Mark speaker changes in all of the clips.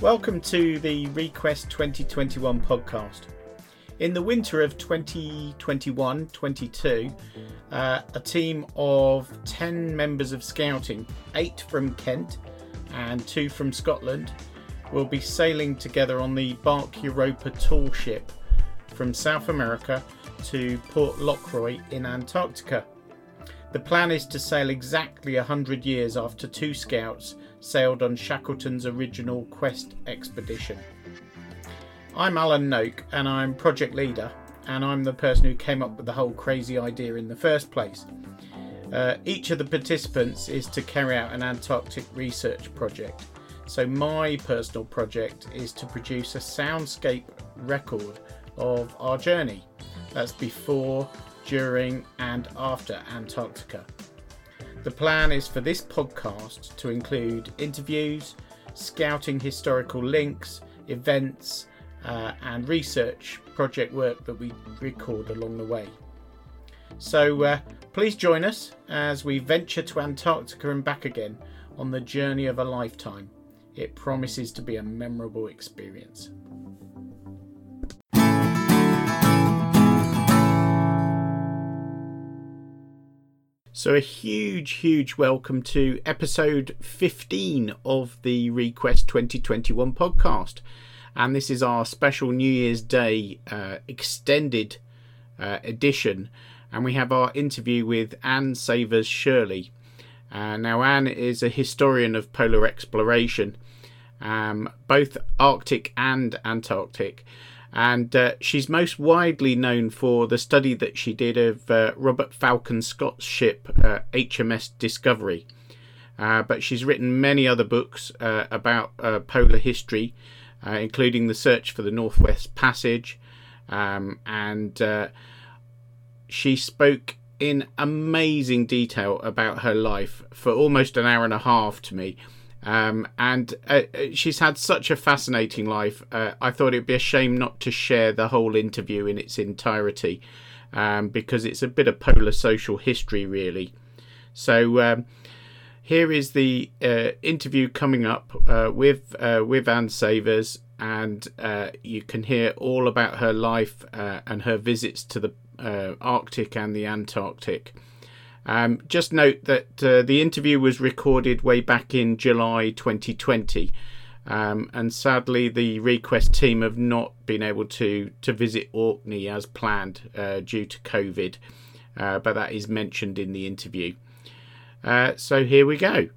Speaker 1: Welcome to the Request 2021 podcast. In the winter of 2021 22, uh, a team of 10 members of scouting, eight from Kent and two from Scotland, will be sailing together on the Bark Europa tall ship from South America to Port Lockroy in Antarctica. The plan is to sail exactly 100 years after two scouts sailed on Shackleton's original quest expedition. I'm Alan Noak and I'm project leader, and I'm the person who came up with the whole crazy idea in the first place. Uh, each of the participants is to carry out an Antarctic research project. So, my personal project is to produce a soundscape record of our journey. That's before, during, and after Antarctica. The plan is for this podcast to include interviews, scouting historical links, events, uh, and research project work that we record along the way. So uh, please join us as we venture to Antarctica and back again on the journey of a lifetime. It promises to be a memorable experience. So, a huge, huge welcome to episode 15 of the Request 2021 podcast. And this is our special New Year's Day uh, extended uh, edition. And we have our interview with Anne Savers Shirley. Uh, now, Anne is a historian of polar exploration, um, both Arctic and Antarctic. And uh, she's most widely known for the study that she did of uh, Robert Falcon Scott's ship uh, HMS Discovery. Uh, but she's written many other books uh, about uh, polar history, uh, including The Search for the Northwest Passage. Um, and uh, she spoke in amazing detail about her life for almost an hour and a half to me. Um, and uh, uh, she's had such a fascinating life. Uh, I thought it'd be a shame not to share the whole interview in its entirety um, because it's a bit of polar social history, really. So um, here is the uh, interview coming up uh, with uh, with Anne Savers, and uh, you can hear all about her life uh, and her visits to the uh, Arctic and the Antarctic. Um, just note that uh, the interview was recorded way back in July 2020, um, and sadly, the request team have not been able to to visit Orkney as planned uh, due to COVID, uh, but that is mentioned in the interview. Uh, so here we go.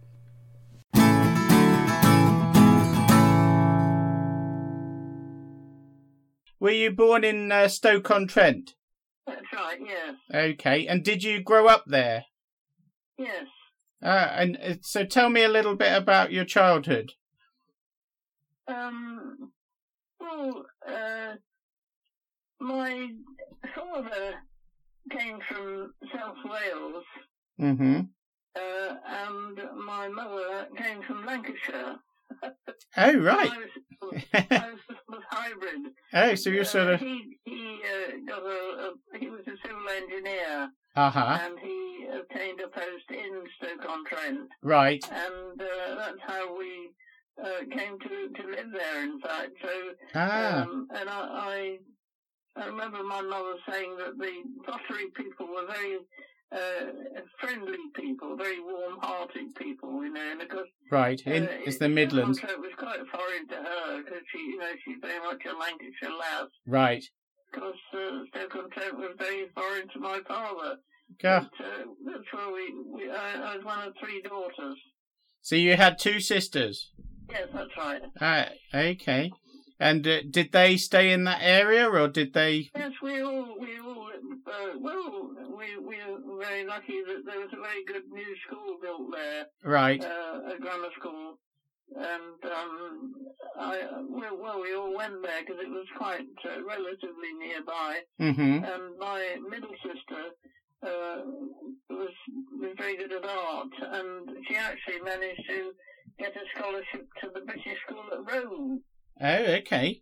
Speaker 1: Were you born in uh, Stoke-on-Trent?
Speaker 2: That's right, yes,
Speaker 1: Okay, and did you grow up there?
Speaker 2: yes.
Speaker 1: Uh, and uh, so tell me a little bit about your childhood.
Speaker 2: Um, well, uh, my father came from South Wales,
Speaker 1: Mm-hmm.
Speaker 2: uh, and my mother came from Lancashire.
Speaker 1: Oh, right.
Speaker 2: I was, sort of- I was sort of hybrid.
Speaker 1: Oh, so you're
Speaker 2: Uh,
Speaker 1: sort of.
Speaker 2: He, he uh, got a, a, he was a civil engineer,
Speaker 1: Uh huh.
Speaker 2: and he obtained a post in Stoke-on-Trent,
Speaker 1: Right.
Speaker 2: and uh, that's how we uh, came to, to live there, in fact. So,
Speaker 1: Ah.
Speaker 2: Um, and I, I, I remember my mother saying that the pottery people were very uh, friendly people, very warm-hearted people, you know. And of course,
Speaker 1: Right. In,
Speaker 2: uh,
Speaker 1: it's the
Speaker 2: it-
Speaker 1: Midlands.
Speaker 2: So it was quite foreign to her because she, you know, she's very much a Lancashire lass.
Speaker 1: Right.
Speaker 2: Because uh, Stoke-on-Trent was very foreign to my father.
Speaker 1: God.
Speaker 2: But, uh, that's where we. we I, I was one of three daughters.
Speaker 1: So you had two sisters.
Speaker 2: Yes, that's right.
Speaker 1: Ah, okay. And uh, did they stay in that area, or did they?
Speaker 2: Yes, we all, we all, uh, well, we, we were very lucky that there was a very good new school built there,
Speaker 1: Right.
Speaker 2: uh, a grammar school. And, um, I, well, well we all went there because it was quite uh, relatively nearby.
Speaker 1: Mm-hmm.
Speaker 2: And my middle sister, uh, was, was very good at art and she actually managed to get a scholarship to the British School at Rome.
Speaker 1: Oh, okay.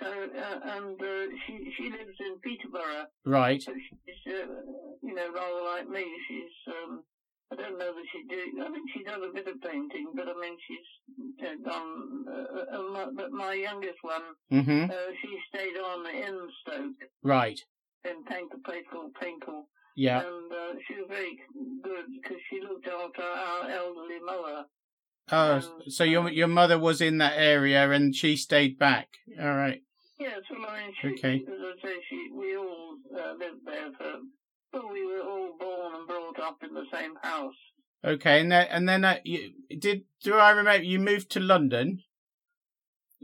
Speaker 2: So, uh, and, uh, she, she lives in Peterborough.
Speaker 1: Right.
Speaker 2: So she's, uh, you know, rather like me, she's um, I don't know that she did. I mean, she does a bit of painting, but I mean, she's uh, gone. Uh, uh, my, but my youngest one,
Speaker 1: Mm-hmm.
Speaker 2: uh, she stayed on in Stoke
Speaker 1: Right.
Speaker 2: and painted a place called Pinkle.
Speaker 1: Yeah.
Speaker 2: And uh, she was very good because she looked after our elderly mother.
Speaker 1: Oh,
Speaker 2: um,
Speaker 1: so your your mother was in that area and she stayed back. All right.
Speaker 2: Yes, well, I mean, she,
Speaker 1: Okay.
Speaker 2: as I say, she, we all uh, lived there for. Well, we were all born and brought up in the same house.
Speaker 1: Okay. And then and then uh, you, did do I remember you moved to London,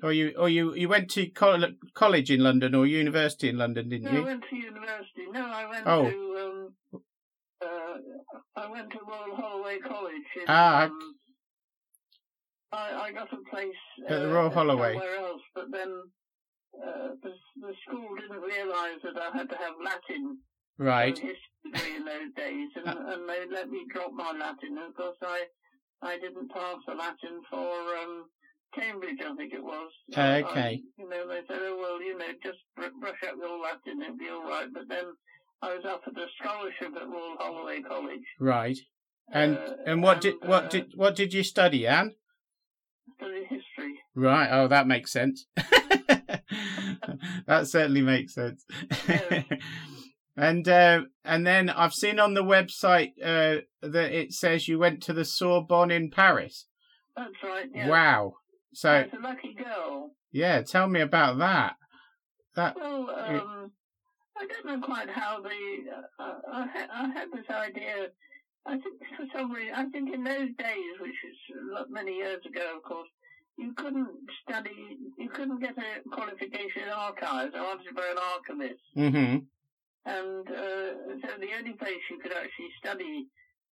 Speaker 1: or you or you you went to col- college in London or university in London, didn't
Speaker 2: No, I
Speaker 1: you?
Speaker 2: went to university. No, I went
Speaker 1: Oh.
Speaker 2: to um, uh, I went to Royal Holloway College. In,
Speaker 1: Ah, I-
Speaker 2: um, I, I got a place uh,
Speaker 1: At the Royal Holloway.
Speaker 2: Somewhere else, but then uh, the, the school didn't realise that I had to have Latin
Speaker 1: Right. Uh.
Speaker 2: and history in those days, and, and they let me drop my Latin. Of course, I I didn't pass the Latin for um, Cambridge, I think it was. I-
Speaker 1: Okay.
Speaker 2: I- you know, they said, oh well, you know, just br- brush up your Latin, it'll be all right. But then I was offered a scholarship at Royal Holloway College.
Speaker 1: Right. And
Speaker 2: uh,
Speaker 1: and what did
Speaker 2: uh,
Speaker 1: what did what did you study, Anne?
Speaker 2: studied history?
Speaker 1: Right. Oh, that makes sense. that certainly makes sense.
Speaker 2: Yeah.
Speaker 1: and uh, and then I've seen on the website uh, that it says you went to the Sorbonne in Paris.
Speaker 2: That's right. Yeah.
Speaker 1: Wow.
Speaker 2: I
Speaker 1: So
Speaker 2: was a lucky girl.
Speaker 1: yeah, tell me about that. That
Speaker 2: Well, um, I don't know quite how the uh, I, ha- I had this idea. I think for some reason, I think in those days, which is a lot- many years ago, of course, you couldn't study, you couldn't get a qualification in archives. I wanted to be an alchemist,
Speaker 1: hmm
Speaker 2: and uh, so the only place you could actually study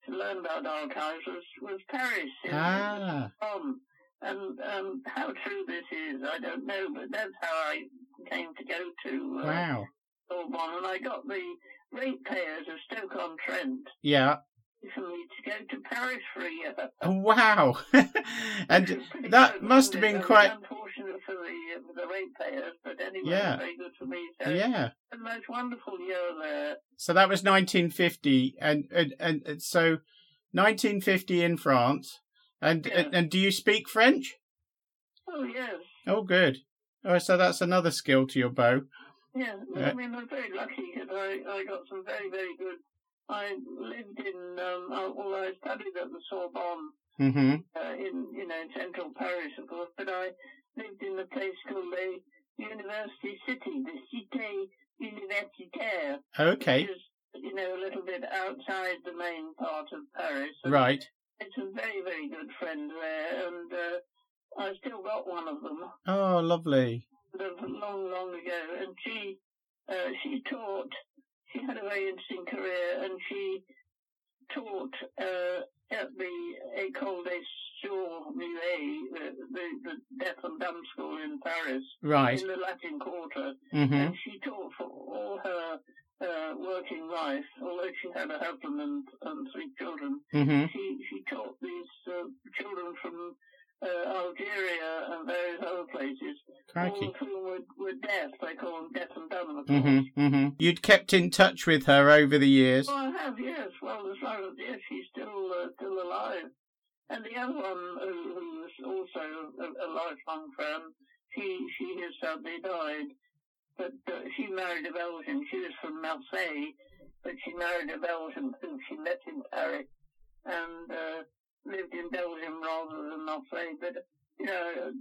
Speaker 2: to learn about archives was was Paris. in-
Speaker 1: ah
Speaker 2: on. And um, how true this is, I don't know, but that's how I came to go to uh,
Speaker 1: wow
Speaker 2: Sorbonne. And I got the ratepayers of Stoke-on-Trent
Speaker 1: yeah
Speaker 2: for me to go to Paris for a year.
Speaker 1: Oh, wow and
Speaker 2: It's pretty
Speaker 1: that
Speaker 2: good,
Speaker 1: must have
Speaker 2: wasn't it?
Speaker 1: been
Speaker 2: I mean,
Speaker 1: quite
Speaker 2: unfortunate for the for the ratepayers, but anyway,
Speaker 1: Yeah.
Speaker 2: it's very good for me. So
Speaker 1: yeah.
Speaker 2: the most wonderful year there.
Speaker 1: So that was 1950, and and, and, and so 1950 in France, and,
Speaker 2: Yeah.
Speaker 1: and and do you speak French?
Speaker 2: Oh yes,
Speaker 1: Oh, good. Oh, so that's another skill to your bow.
Speaker 2: yeah.
Speaker 1: Yeah.
Speaker 2: I mean, I'm very lucky because I I got some very very good. I lived in um, I- well, I studied at the Sorbonne.
Speaker 1: Mm-hmm.
Speaker 2: uh, in you know central Paris, of course, but I lived in a place called the University City, the Cité Universitaire,
Speaker 1: Okay.
Speaker 2: which is you know a little bit outside the main part of Paris. And
Speaker 1: Right.
Speaker 2: It's a very very good friend there, and uh, I still got one of them
Speaker 1: Oh, lovely.
Speaker 2: sort of long long ago, and she uh, she taught. She had a very interesting career, and she taught uh, at the École des Sourds Muets, uh, the, the deaf and dumb school in Paris,
Speaker 1: Right.
Speaker 2: in the Latin Quarter.
Speaker 1: Mm-hmm.
Speaker 2: And she taught for all her uh, working life, although she had a husband and, and three children.
Speaker 1: Mm-hmm.
Speaker 2: She she taught these uh, children from uh, Algeria and various other places all
Speaker 1: Crikey.
Speaker 2: of whom were, were deaf. They call them deaf and dumb. Of course.
Speaker 1: Mm-hmm. Mm-hmm. You'd kept in touch with her over the years.
Speaker 2: Well, I have, yes. Well, as far as yes, she's still uh, still alive. And the other one, who, who was also a, a lifelong friend, she she has sadly died. But uh, she married a Belgian. She was from Marseille, but she married a Belgian who she met in Paris and uh, lived in Belgium rather than Marseille. But you know,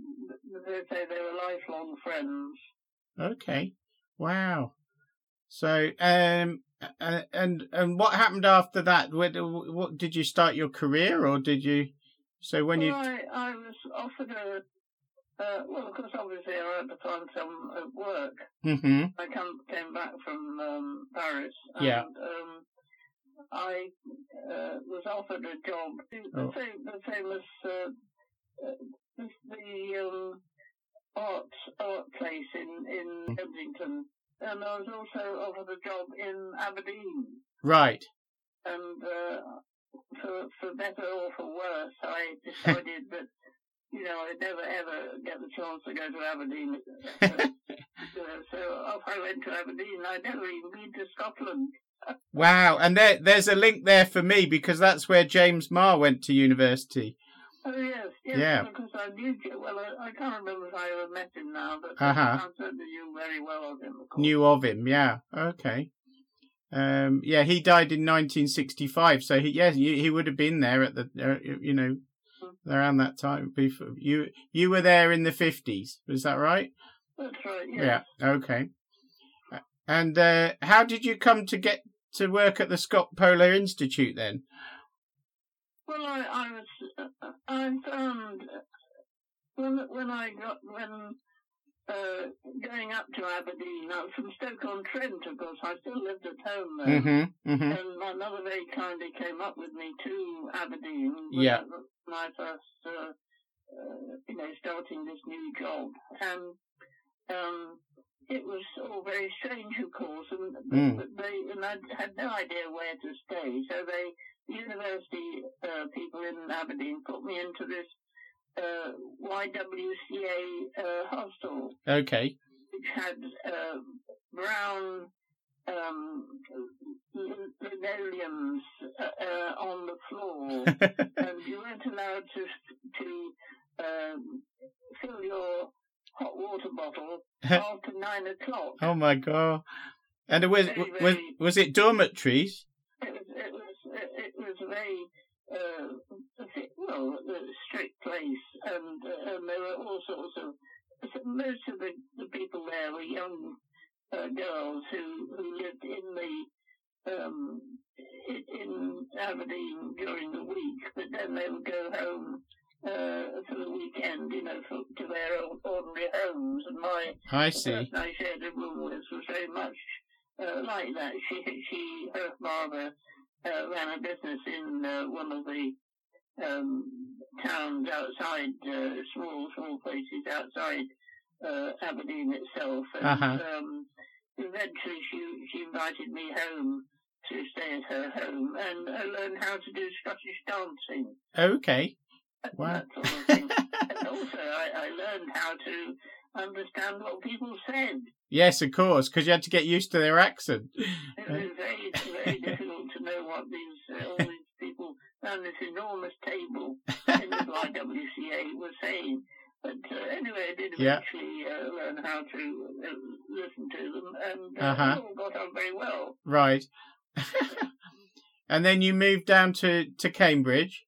Speaker 2: they say they were lifelong friends.
Speaker 1: Okay. Wow. So, um, a- and and what happened after that? What, what did you start your career, or did you? So when you
Speaker 2: well, I, I was offered a, uh, well, of course, obviously, I had to find some uh, work.
Speaker 1: mm-hmm.
Speaker 2: I come, came back from um, Paris, and
Speaker 1: Yeah.
Speaker 2: um, I uh, was offered a job. The,
Speaker 1: Oh.
Speaker 2: the, fam- the famous uh, uh, the, the um, art art place in
Speaker 1: Mm-hmm.
Speaker 2: in Kensington, and I was also offered a job in Aberdeen
Speaker 1: right,
Speaker 2: and uh, for for better or for worse, I decided that you know I'd never ever get the chance to go to Aberdeen. Uh, so off I went to Aberdeen. I'd never even been to Scotland.
Speaker 1: Wow. And there, there's a link there for me because that's where James Marr went to university.
Speaker 2: Oh yes, yes,
Speaker 1: Yeah.
Speaker 2: because I knew you. Well, I, I can't remember if I ever met him now, but
Speaker 1: Uh-huh.
Speaker 2: I certainly knew very well of him. Of course.
Speaker 1: Knew of him. Yeah. Okay. Um, yeah, he died in 1965. So he, yeah, you, he would have been there at the, uh, you know, around that time. Before you, you were there in the 50s. Is that right?
Speaker 2: That's right. Yes.
Speaker 1: Yeah. Okay. And uh, how did you come to get to work at the Scott Polar Institute then?
Speaker 2: Well, I, I was, uh, I found uh, when when I got when uh, going up to Aberdeen. I was from Stoke on Trent, of course. I still lived at home there,
Speaker 1: Mm-hmm. Mm-hmm.
Speaker 2: and my mother very kindly came up with me to Aberdeen. when-
Speaker 1: Yeah.
Speaker 2: When I first, uh, uh, you know, starting this new job, and um, it was all very strange, of course, and
Speaker 1: Mm.
Speaker 2: but they and I had no idea where to stay, so they the university uh, people in Aberdeen put me into this uh, YWCA uh, hostel,
Speaker 1: Okay.
Speaker 2: which had uh, brown um, lin- linoleums uh, uh, on the floor, and you weren't allowed to to um, fill your hot water bottle after nine o'clock.
Speaker 1: oh my god. And it was
Speaker 2: Very,
Speaker 1: was
Speaker 2: very-
Speaker 1: was it dormitories?
Speaker 2: it was it was it was a very uh, well a strict place, and, uh, and there were all sorts of so most of the, the people there were young uh, girls who who lived in the um, i- in Aberdeen during the week, but then they would go home. Uh, for the weekend, you know, for, to their own ordinary homes, and my
Speaker 1: I
Speaker 2: the
Speaker 1: see.
Speaker 2: person I shared a room with was very much uh, like that. She, she, her father uh, ran a business in uh, one of the um, towns outside, uh, small, small places outside uh, Aberdeen itself. And
Speaker 1: Uh-huh.
Speaker 2: um, eventually she, she invited me home to stay at her home and I learned how to do Scottish dancing
Speaker 1: Okay.
Speaker 2: uh,
Speaker 1: Wow.
Speaker 2: that sort of thing. and also, I, I learned how to understand what people said.
Speaker 1: Yes, of course, because you had to get used to their accent.
Speaker 2: It was very, very difficult to know what these uh, all these people around this enormous table in the YWCA were saying. But uh, anyway, I did
Speaker 1: Yeah.
Speaker 2: eventually uh, learn how to uh, listen to them, and uh,
Speaker 1: Uh-huh.
Speaker 2: we all got on very well.
Speaker 1: Right. and then you moved down to to Cambridge.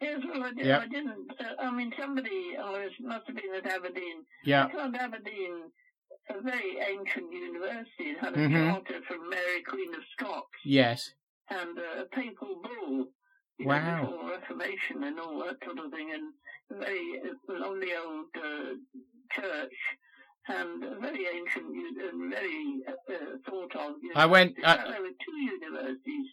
Speaker 2: Yes, well, I, did,
Speaker 1: Yeah.
Speaker 2: I didn't. Uh, I mean, somebody I was, must have been at Aberdeen
Speaker 1: Yeah.
Speaker 2: Found Aberdeen, a very ancient university, it had a
Speaker 1: Mhm.
Speaker 2: charter from Mary Queen of Scots
Speaker 1: Yes.
Speaker 2: and uh, a papal bull. you know,
Speaker 1: Wow.
Speaker 2: before Reformation and all that sort of thing, and a very lonely old uh, church and a very ancient u- and very uh, uh, thought of. University.
Speaker 1: I went-
Speaker 2: In
Speaker 1: I-
Speaker 2: fact, there were two universities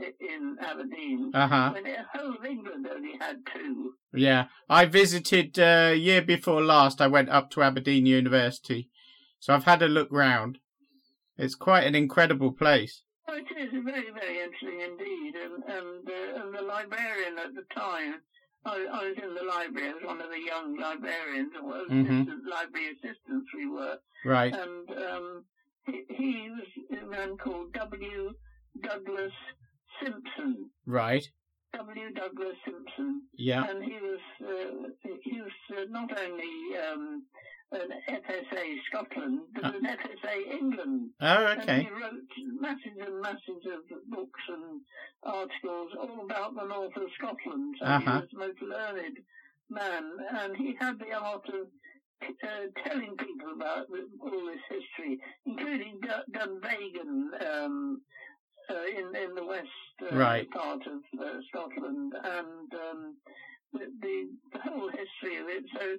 Speaker 2: i- in Aberdeen.
Speaker 1: Uh huh.
Speaker 2: when the whole of England only had two.
Speaker 1: Yeah. I visited uh, year before last. I went up to Aberdeen University, so I've had a look round. It's quite an incredible place.
Speaker 2: Oh, it is very, very interesting indeed. And and, uh, and the librarian at the time, I, I was in the library. I was one of the young librarians, or well,
Speaker 1: Mhm.
Speaker 2: assistant- library assistants we were.
Speaker 1: Right.
Speaker 2: And um, he, he was a man called W. Douglas Simpson.
Speaker 1: Right.
Speaker 2: W. Douglas Simpson,
Speaker 1: Yeah.
Speaker 2: and he was uh, he was uh, not only um, an FSA Scotland, but an FSA England.
Speaker 1: Oh,
Speaker 2: And
Speaker 1: okay.
Speaker 2: he wrote masses and masses of books and articles all about the north of Scotland. So He
Speaker 1: Uh-huh.
Speaker 2: was the most learned man, and he had the art of uh, telling people about the- all this history, including D- Dunvegan um, uh, in in the west uh,
Speaker 1: Right.
Speaker 2: part of uh, Scotland, and um, the, the the whole history of it. So,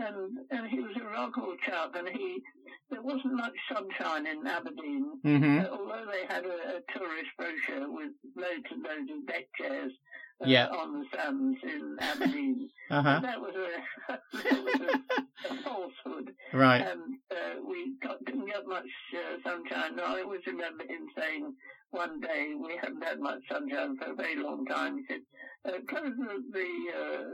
Speaker 2: and and he was a remarkable chap, and he there wasn't much sunshine in Aberdeen.
Speaker 1: Mm-hmm.
Speaker 2: Uh, although they had a, a tourist brochure with loads and loads of deck chairs uh,
Speaker 1: Yeah.
Speaker 2: on the sands in Aberdeen,
Speaker 1: Uh huh.
Speaker 2: that was a, that was a, a falsehood.
Speaker 1: Right.
Speaker 2: And uh, we got, didn't get much uh, sunshine. I always remember him saying one day, we haven't had much sunshine for a very long time. He said, uh, close the, the, uh,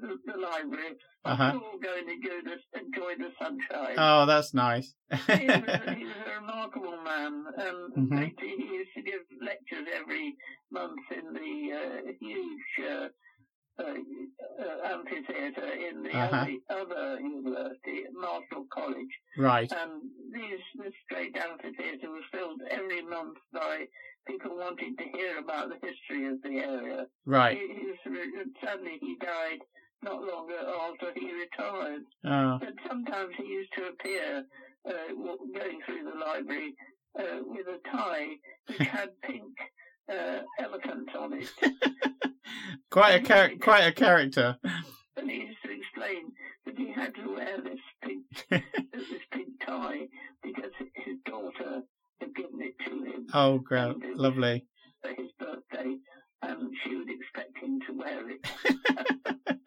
Speaker 2: the, the library.
Speaker 1: Uh-huh.
Speaker 2: We're all going to go to enjoy the sunshine.
Speaker 1: Oh, that's nice.
Speaker 2: he, was, he was a remarkable man. Um, in
Speaker 1: Mhm.
Speaker 2: fact, He used to give lectures every month in the uh, huge uh, uh, uh, amphitheatre in the
Speaker 1: Uh-huh.
Speaker 2: other, other university, Marshall College.
Speaker 1: right.
Speaker 2: Um, these, this great amphitheatre was filled every month by people wanting to hear about the history of the area.
Speaker 1: Right.
Speaker 2: He, he was, re- suddenly he died not long after he retired.
Speaker 1: Oh,
Speaker 2: But sometimes he used to appear uh, w- going through the library uh, with a tie which had pink uh, elephants on it.
Speaker 1: quite a char- quite a character.
Speaker 2: And he used to explain that he had to wear this pink, this pink tie because his daughter had given it to him
Speaker 1: Oh, great, lovely.
Speaker 2: for his birthday, and um, she would expect him to wear it.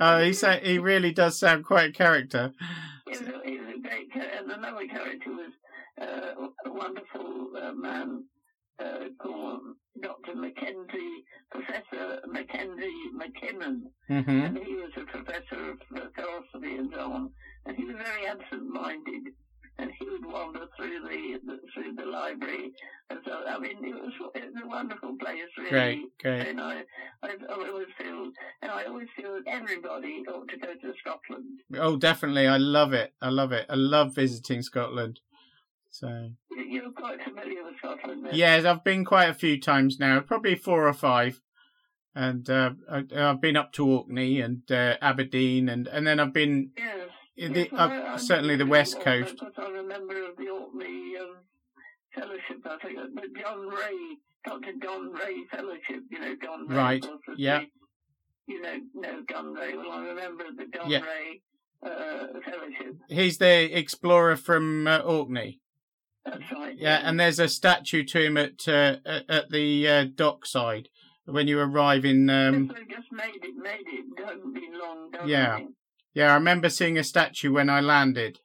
Speaker 1: Oh, he sa- he really does sound quite a character.
Speaker 2: He was a, he was a great character, and another character was uh, a wonderful uh, man uh, called Dr. Mackenzie, Professor Mackenzie McKinnon,
Speaker 1: hmm
Speaker 2: and he was a professor of uh, philosophy and so on, and he was very absent-minded, and he would wander through the, the through the library, and so I mean it was, it was a wonderful place, really.
Speaker 1: Great, great.
Speaker 2: And I, I, I always feel, and I always feel that everybody ought to go to Scotland.
Speaker 1: Oh, definitely. I love it. I love it. I love visiting Scotland. So
Speaker 2: You- You're quite familiar with Scotland, then.
Speaker 1: yes, I've been quite a few times now, probably four or five, and uh, I, I've been up to Orkney and uh, Aberdeen, and and then I've been
Speaker 2: Yes.
Speaker 1: in
Speaker 2: Yes,
Speaker 1: the,
Speaker 2: well, I- I
Speaker 1: up, certainly the
Speaker 2: remember
Speaker 1: West
Speaker 2: all
Speaker 1: Coast.
Speaker 2: Because I'm a member of the Orkney um, Fellowship, I think, uh, the John Ray, Dr. John Ray Fellowship, you know, John Ray.
Speaker 1: Right,
Speaker 2: of course, was
Speaker 1: yeah.
Speaker 2: the- You know, know John Ray, well, I remember the John
Speaker 1: Yeah.
Speaker 2: Ray uh, Fellowship.
Speaker 1: He's the explorer from uh, Orkney.
Speaker 2: That's right.
Speaker 1: Yeah, and there's a statue to him at uh, at- at the uh, dockside when you arrive in. Um,
Speaker 2: Yes, they just made it, made it, it hasn't been long done. I
Speaker 1: Yeah.
Speaker 2: think.
Speaker 1: yeah, I remember seeing a statue when I landed.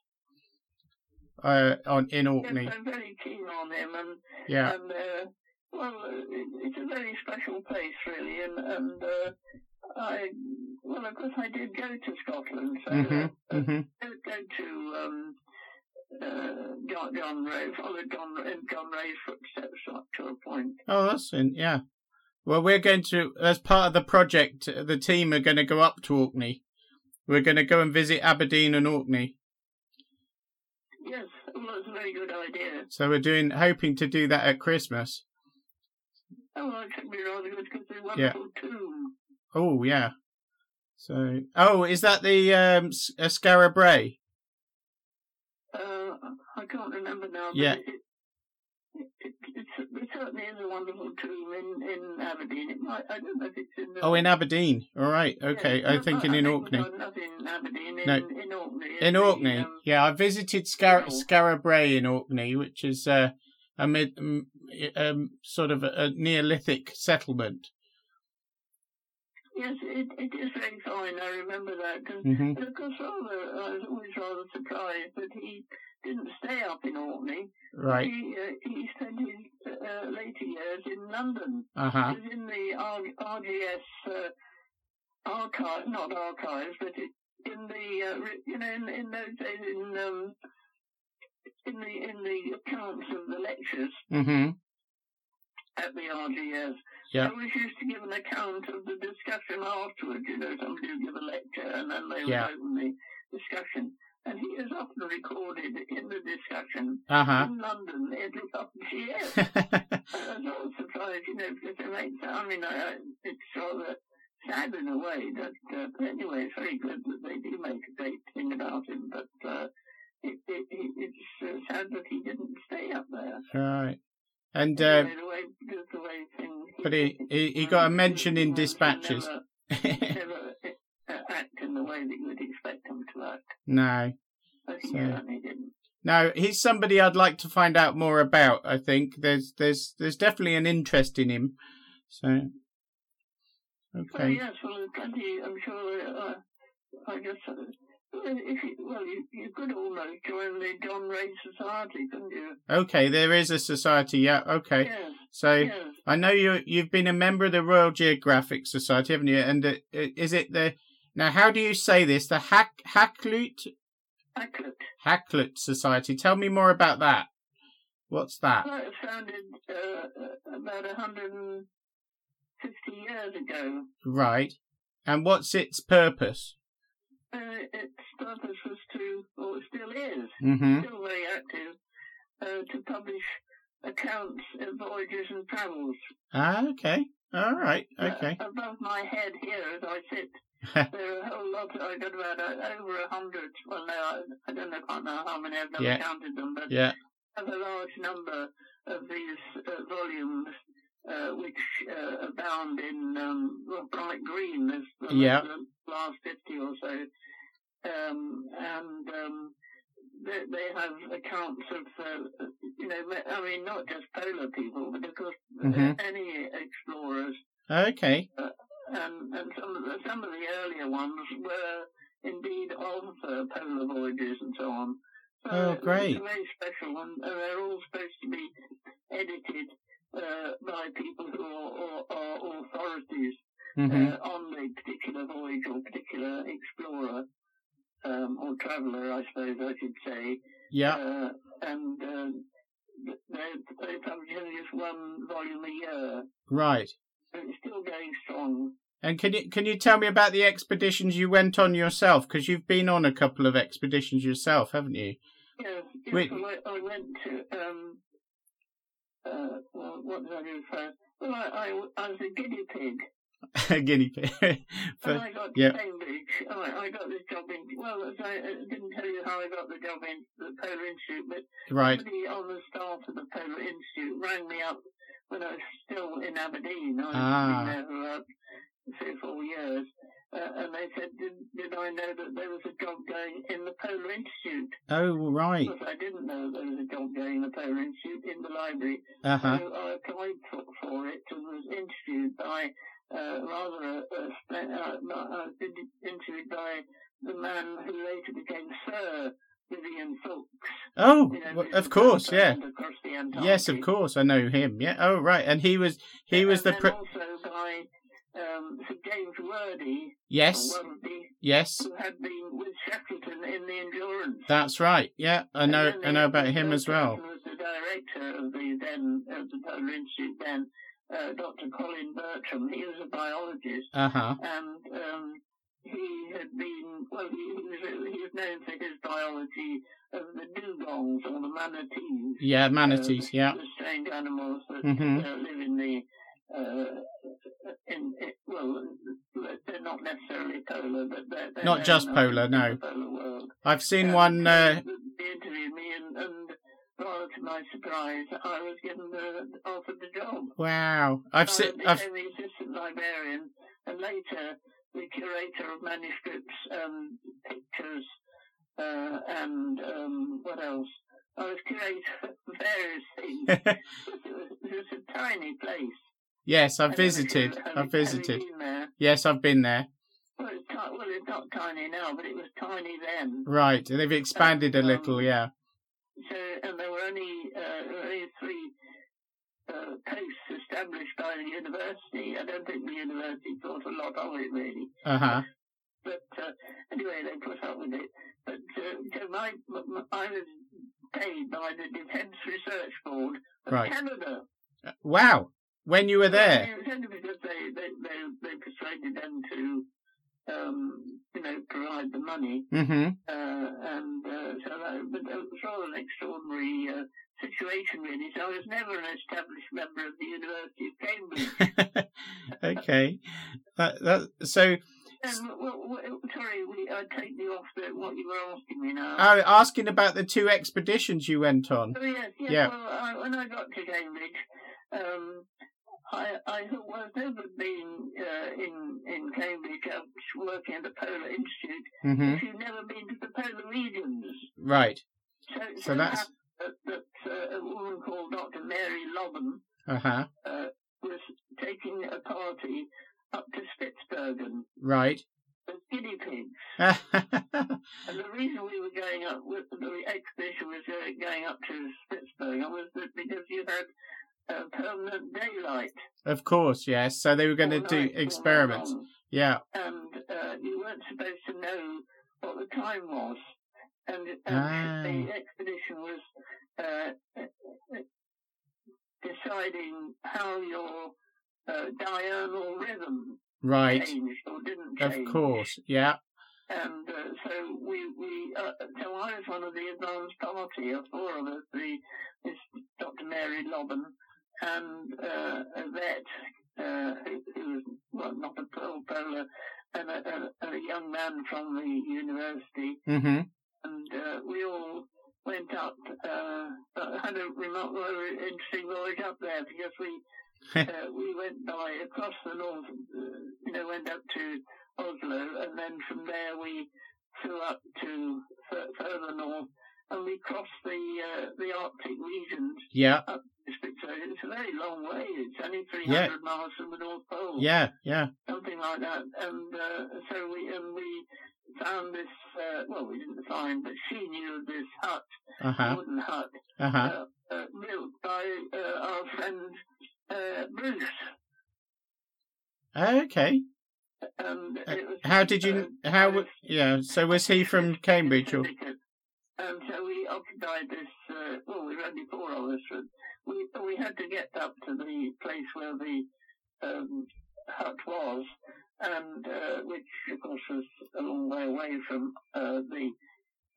Speaker 1: Uh, on in Orkney.
Speaker 2: Yes, I'm very keen on him, and
Speaker 1: Yeah,
Speaker 2: And uh, well, it- it's a very special place, really. And and uh, I well, of course, I did go to Scotland, so
Speaker 1: Mhm,
Speaker 2: uh, I
Speaker 1: hmm
Speaker 2: did go to um, uh, John, John Ray, followed John in John Ray's footsteps up to a point.
Speaker 1: Oh, that's in, yeah. Well, we're going to as part of the project. uh, The team are going to go up to Orkney. We're going to go and visit Aberdeen and Orkney.
Speaker 2: Yes, well, that's a very good idea.
Speaker 1: So we're doing, hoping to do that at Christmas.
Speaker 2: Oh, well, it should be rather good because there's a wonderful tomb.
Speaker 1: Oh yeah. So oh, is that the um, S- uh, Scarabray?
Speaker 2: Uh, I can't remember now. But
Speaker 1: Yeah.
Speaker 2: It, it, it, it certainly is a wonderful tomb in, in Aberdeen. It might, I don't know if it's in the
Speaker 1: Oh, in Aberdeen. All right. Okay.
Speaker 2: Yeah,
Speaker 1: I'm
Speaker 2: no,
Speaker 1: thinking
Speaker 2: I- I
Speaker 1: in
Speaker 2: think
Speaker 1: Orkney.
Speaker 2: we've got Not in Aberdeen, in,
Speaker 1: No.
Speaker 2: in Orkney.
Speaker 1: In
Speaker 2: the,
Speaker 1: Orkney.
Speaker 2: um,
Speaker 1: Yeah, I visited Scar-
Speaker 2: Hill.
Speaker 1: Scarabray in Orkney, which is uh, a mid, um, um, sort of a, a Neolithic settlement.
Speaker 2: yes, it, it is very fine. I remember that. 'cause-
Speaker 1: hmm
Speaker 2: and of course, rather, I was always rather surprised that he didn't stay up in Orkney.
Speaker 1: Right.
Speaker 2: He, uh, he spent his uh, later years in London.
Speaker 1: Uh huh.
Speaker 2: It was in the R- RGS uh, archive, not archives, but it, in the uh, re- you know in, in those days in um, in the in the accounts of the lectures.
Speaker 1: hmm
Speaker 2: at the RGS.
Speaker 1: Yeah.
Speaker 2: I always used to give an account of the discussion afterwards. You know, somebody would give a lecture and then they would
Speaker 1: Yeah.
Speaker 2: open the discussion. And he is often recorded in the discussion
Speaker 1: Uh huh.
Speaker 2: in London at the RGS. I was not surprised, you know, because it makes, I mean, I, I, it's rather sad in a way that, uh, but anyway, it's very good that they do make a great thing about him, but, uh, it, it, it, it's uh, sad that he didn't stay up there.
Speaker 1: right. And uh,
Speaker 2: Anyway, the way- just the way things- um,
Speaker 1: but he- he- he got a mention in
Speaker 2: He never-
Speaker 1: dispatches.
Speaker 2: never, uh, act in the way that you would expect him to act.
Speaker 1: no,
Speaker 2: I think
Speaker 1: So-
Speaker 2: he certainly didn't.
Speaker 1: no, he's somebody I'd like to find out more about. I think there's there's there's definitely an interest in him. So
Speaker 2: Well,
Speaker 1: okay.
Speaker 2: yes, well, there's plenty. I'm sure. Uh, I guess. Uh, well, if you, well, you, you could almost join the John Ray Society, couldn't you?
Speaker 1: Okay, there is a society. Yeah. Okay.
Speaker 2: Yes,
Speaker 1: So
Speaker 2: yes.
Speaker 1: I know you you've been a member of the Royal Geographic Society, haven't you? And uh, is it the Now, how do you say this? The Hack Hacklut
Speaker 2: Hackett.
Speaker 1: Hacklut Society. Tell me more about that. What's that?
Speaker 2: Well, it founded uh, about 150 years ago.
Speaker 1: Right. And what's its purpose?
Speaker 2: Uh, its purpose was to, or it still is,
Speaker 1: Mm-hmm.
Speaker 2: still very active, uh, to publish accounts of voyages and travels.
Speaker 1: Ah, okay. All right.
Speaker 2: Uh,
Speaker 1: Okay.
Speaker 2: above my head here as I sit, there are a whole lot. I got about uh, over a hundred. Well, no, I, I don't know, can't know how many. I've never
Speaker 1: Yeah.
Speaker 2: counted them, but
Speaker 1: Yeah.
Speaker 2: have a large number of these uh, volumes uh, which uh, abound in um, well, bright green. There's the,
Speaker 1: Yeah.
Speaker 2: the last 50 or so. Um, and um, they, they have accounts of, uh, you know, ma- I mean, not just polar people, but of course uh,
Speaker 1: Mhm.
Speaker 2: any explorers.
Speaker 1: Okay.
Speaker 2: And, Um, and some, of the, some of the earlier ones were indeed of uh, polar voyages and so on. So
Speaker 1: Oh,
Speaker 2: it's
Speaker 1: great.
Speaker 2: Very special, and, and they're all supposed to be edited uh, by people who are, are, are authorities
Speaker 1: Mm-hmm.
Speaker 2: uh, on the particular voyage or particular explorer um, or traveller, I suppose I should say.
Speaker 1: Yeah.
Speaker 2: Uh, and uh, they, they publish only just one volume a year,
Speaker 1: Right.
Speaker 2: but it's still going strong.
Speaker 1: And can you can you tell me about the expeditions you went on yourself? Because you've been on a couple of expeditions yourself, haven't you?
Speaker 2: Yes, yes.
Speaker 1: Wait.
Speaker 2: Well, I, I went to um, uh, well, what did I do first? Well, I, I, I was a guinea pig,
Speaker 1: a guinea pig.
Speaker 2: and
Speaker 1: For-
Speaker 2: I got
Speaker 1: yeah.
Speaker 2: to Cambridge. and I, I got this job in. Well, as I, I didn't tell you how I got the job in the Polar Institute, but
Speaker 1: right.
Speaker 2: somebody on the staff of the Polar Institute rang me up when I was still in Aberdeen. I was
Speaker 1: Ah.
Speaker 2: there for about three or four years. Uh, and they said, did, did I know that there was a job going in the Polar Institute?
Speaker 1: Oh, right.
Speaker 2: Because I didn't know there was a job going in the Polar Institute in the library.
Speaker 1: Uh huh.
Speaker 2: So I applied for, for it and was interviewed by, uh, rather, a, a, spe- uh, no, I was in- interviewed by the man who later became Sir Vivian Fulks.
Speaker 1: Oh,
Speaker 2: you know,
Speaker 1: w-
Speaker 2: who's
Speaker 1: of
Speaker 2: the
Speaker 1: course. Yeah.
Speaker 2: president across the Antarctic.
Speaker 1: Yes, of course. I know him. Yeah. Oh, right. And he was he
Speaker 2: And
Speaker 1: was the
Speaker 2: then
Speaker 1: pre-
Speaker 2: also by um, Sir James Wordy,
Speaker 1: yes
Speaker 2: or Wordy,
Speaker 1: yes.
Speaker 2: who had been with Shackleton in the Endurance.
Speaker 1: That's right. Yeah. I
Speaker 2: And
Speaker 1: know
Speaker 2: then
Speaker 1: I know
Speaker 2: the-
Speaker 1: about
Speaker 2: the
Speaker 1: him
Speaker 2: third
Speaker 1: as well.
Speaker 2: person Was the director of the then of the Polar Institute then, uh, Dr. Colin Bertram. He was a biologist,
Speaker 1: Uh huh.
Speaker 2: and um, he had been well. He, he was he was known for his biology of the dugongs or the manatees.
Speaker 1: Yeah.
Speaker 2: uh,
Speaker 1: Manatees. Yeah.
Speaker 2: The strange animals that
Speaker 1: Mhm.
Speaker 2: uh, live in the. Uh, in, in, well, they're not necessarily polar, but they're, they're
Speaker 1: Not
Speaker 2: known
Speaker 1: just
Speaker 2: in
Speaker 1: polar, no.
Speaker 2: The polar world.
Speaker 1: I've seen
Speaker 2: Yeah,
Speaker 1: one. Uh,
Speaker 2: They interviewed me, and, and rather to my surprise, I was given the offered the job.
Speaker 1: wow. I've seen.
Speaker 2: I
Speaker 1: I've
Speaker 2: became the assistant librarian, and later the curator of manuscripts, um, pictures, uh, and um, what else? I was curator of various things. it, was, it was a tiny place.
Speaker 1: yes.
Speaker 2: I
Speaker 1: I've
Speaker 2: don't know if you
Speaker 1: visited.
Speaker 2: have- have
Speaker 1: I've
Speaker 2: you
Speaker 1: visited.
Speaker 2: been there?
Speaker 1: Yes. I've been there.
Speaker 2: Well, it's ti- well, it's not tiny now, but it was tiny then.
Speaker 1: Right. They've expanded a
Speaker 2: um,
Speaker 1: little. Yeah.
Speaker 2: So, and there were only, uh, there were only three uh, posts established by the university. I don't think the university thought a lot of it really.
Speaker 1: Uh huh.
Speaker 2: But uh, anyway, they put up with it. But uh, so my, my, I was paid by the Defence Research Board of
Speaker 1: Right.
Speaker 2: Canada.
Speaker 1: Wow. When you were there.
Speaker 2: It was only because they, they, they, they persuaded them to, um, you know, provide the money.
Speaker 1: Mm-hmm.
Speaker 2: Uh, and uh, so that, but it was rather an extraordinary uh, situation, really. So I was never an established member of the University of Cambridge.
Speaker 1: okay. That, that, so,
Speaker 2: um, well, well, sorry, we, I take you off the, what you were asking me now.
Speaker 1: uh, asking about the two expeditions you went on.
Speaker 2: oh, yes, yes.
Speaker 1: yeah.
Speaker 2: Well, I, when I got to Cambridge, um, I, I was never been uh, in in Cambridge. I was working at the Polar Institute.
Speaker 1: Mm-hmm.
Speaker 2: If you've never been to the polar regions,
Speaker 1: Right.
Speaker 2: so,
Speaker 1: So
Speaker 2: so
Speaker 1: that's-
Speaker 2: that, that uh, a woman called Dr. Mary Lobban.
Speaker 1: Uh huh.
Speaker 2: uh, was taking a party up to Spitsbergen
Speaker 1: Right.
Speaker 2: as guinea pigs.
Speaker 1: right.
Speaker 2: And the reason we were going up, with, the expedition was uh, going up to Spitsbergen was that because you had uh, permanent daylight.
Speaker 1: Of course, yes. So they were going to
Speaker 2: all
Speaker 1: do
Speaker 2: night, all
Speaker 1: experiments.
Speaker 2: night long.
Speaker 1: Yeah,
Speaker 2: and uh, you weren't supposed to know what the time was. And, and
Speaker 1: Ah.
Speaker 2: the expedition was uh, deciding how your uh, diurnal rhythm
Speaker 1: right.
Speaker 2: changed or didn't
Speaker 1: Of
Speaker 2: change.
Speaker 1: course, yeah.
Speaker 2: And uh, so we, we uh, so I was one of the advanced party, of four of us, the, this Dr. Mary Lobban and uh, a vet uh, who, who was well, not a pearl bowler, and a, a, a young man from the university.
Speaker 1: hmm
Speaker 2: And uh, we all went up, uh, uh, had a remarkable, interesting voyage up there because we uh, we went by across the north, uh, you know, went up to Oslo, and then from there we flew up to f- further north, and we crossed the uh, the Arctic regions.
Speaker 1: Yeah,
Speaker 2: So it's a very long way. It's only 300
Speaker 1: Yeah.
Speaker 2: miles from the North Pole,
Speaker 1: yeah, yeah.
Speaker 2: something like that. And uh, so we and we found this. Uh, well, we didn't find, but she knew of this hut,
Speaker 1: Uh huh,
Speaker 2: wooden hut,
Speaker 1: uh huh.
Speaker 2: uh, built by uh, our friend uh, Bruce.
Speaker 1: Okay.
Speaker 2: And
Speaker 1: Uh,
Speaker 2: it was
Speaker 1: How did you?
Speaker 2: uh,
Speaker 1: How?
Speaker 2: Bruce
Speaker 1: w- Yeah. So was he from Cambridge or?
Speaker 2: Syndicate. And Um, so we occupied this. Uh, well, we were only four of us. but We we had to get up to the place where the um, hut was, and uh, which of course was a long way away from uh, the,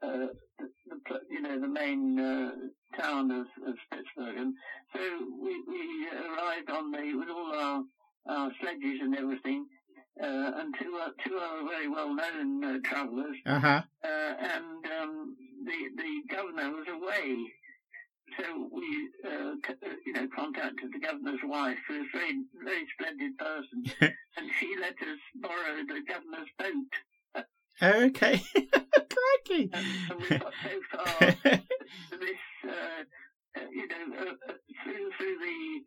Speaker 2: uh, the, the pl- you know the main uh, town of, of Pittsburgh. And so we, we arrived on the with all our, our sledges and everything, uh, and two uh, two other very well known uh, travellers
Speaker 1: Uh huh.
Speaker 2: uh, and um, the the governor was away. So we, uh, c- uh, you know, contacted the governor's wife, who was a very, very splendid person, and she let us borrow the governor's boat,
Speaker 1: Okay. Crikey.
Speaker 2: and, and we got so far to this, uh, uh, you know, uh, uh, through through the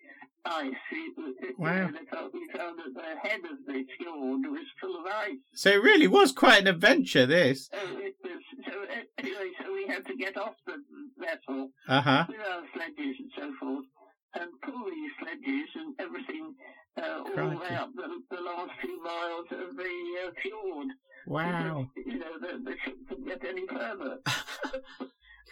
Speaker 2: ice. We, we, you
Speaker 1: Wow.
Speaker 2: know, they felt- we found that the head of the fjord was full of ice.
Speaker 1: so it really was quite an adventure. This.
Speaker 2: So it was, so uh, anyway, so we had to get off the vessel.
Speaker 1: Uh huh.
Speaker 2: with our sledges and so forth, and pull these sledges and everything uh, all the
Speaker 1: Crikey.
Speaker 2: way up the, the last few miles of the uh, fjord.
Speaker 1: Wow.
Speaker 2: You know, the, the ship couldn't get any further.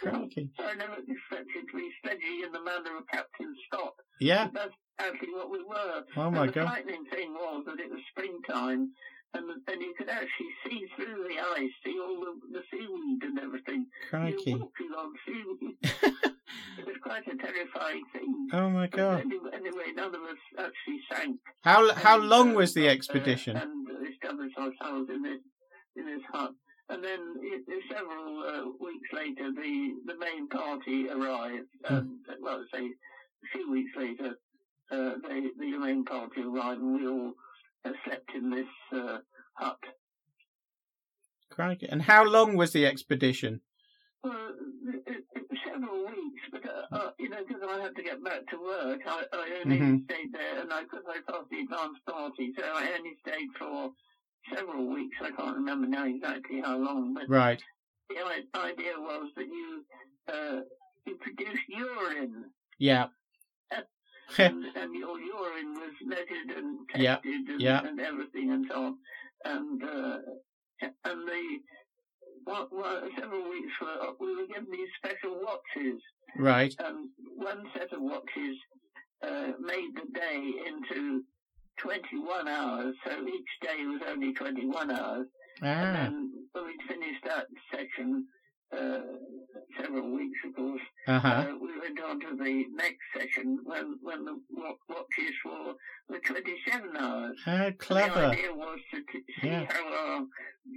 Speaker 1: Crikey.
Speaker 2: So I never expected to be sledgy in the manner of Captain Scott.
Speaker 1: Yeah.
Speaker 2: That's actually what we were.
Speaker 1: Ah. Oh
Speaker 2: And
Speaker 1: my
Speaker 2: the
Speaker 1: god.
Speaker 2: frightening thing was that it was springtime, and, and you could actually see through the ice, see all the, the seaweed and everything.
Speaker 1: Crikey.
Speaker 2: You're walking on seaweed. it was quite a terrifying thing.
Speaker 1: Oh my
Speaker 2: But
Speaker 1: god.
Speaker 2: Anyway, anyway, none of us actually sank.
Speaker 1: How how
Speaker 2: And,
Speaker 1: long
Speaker 2: uh,
Speaker 1: was the
Speaker 2: uh,
Speaker 1: expedition?
Speaker 2: and established ourselves in this in this hut. And then i i- several uh, weeks later, the the main party arrived.
Speaker 1: Hmm.
Speaker 2: And, Well, say a few weeks later, uh, they, the main party arrived, and we all uh, slept in this uh, hut.
Speaker 1: Crikey. And how long was the expedition?
Speaker 2: Well, it, it, it was several weeks, but uh, uh, you know, because I had to get back to work, I, I only
Speaker 1: Mhm.
Speaker 2: stayed there, and I because I passed the advanced party, so I only stayed for several weeks. I can't remember now exactly how long, but
Speaker 1: Right.
Speaker 2: the i- idea was that you uh, you produced urine,
Speaker 1: Yeah.
Speaker 2: and, and your urine was measured and tested
Speaker 1: Yeah,
Speaker 2: and,
Speaker 1: yeah.
Speaker 2: and everything and so on. And uh, and the what, what, several weeks were, we were given these special watches,
Speaker 1: Right.
Speaker 2: and um, one set of watches uh, made the day into 21 hours, so each day was only 21 hours. And
Speaker 1: Ah.
Speaker 2: then when we'd finished that section, uh, several weeks, of course,
Speaker 1: Uh huh.
Speaker 2: uh, we went on to the next session when, when the wa- watches were, were 27 hours.
Speaker 1: How
Speaker 2: The
Speaker 1: Ah, clever.
Speaker 2: idea was to t- see
Speaker 1: Yeah.
Speaker 2: how our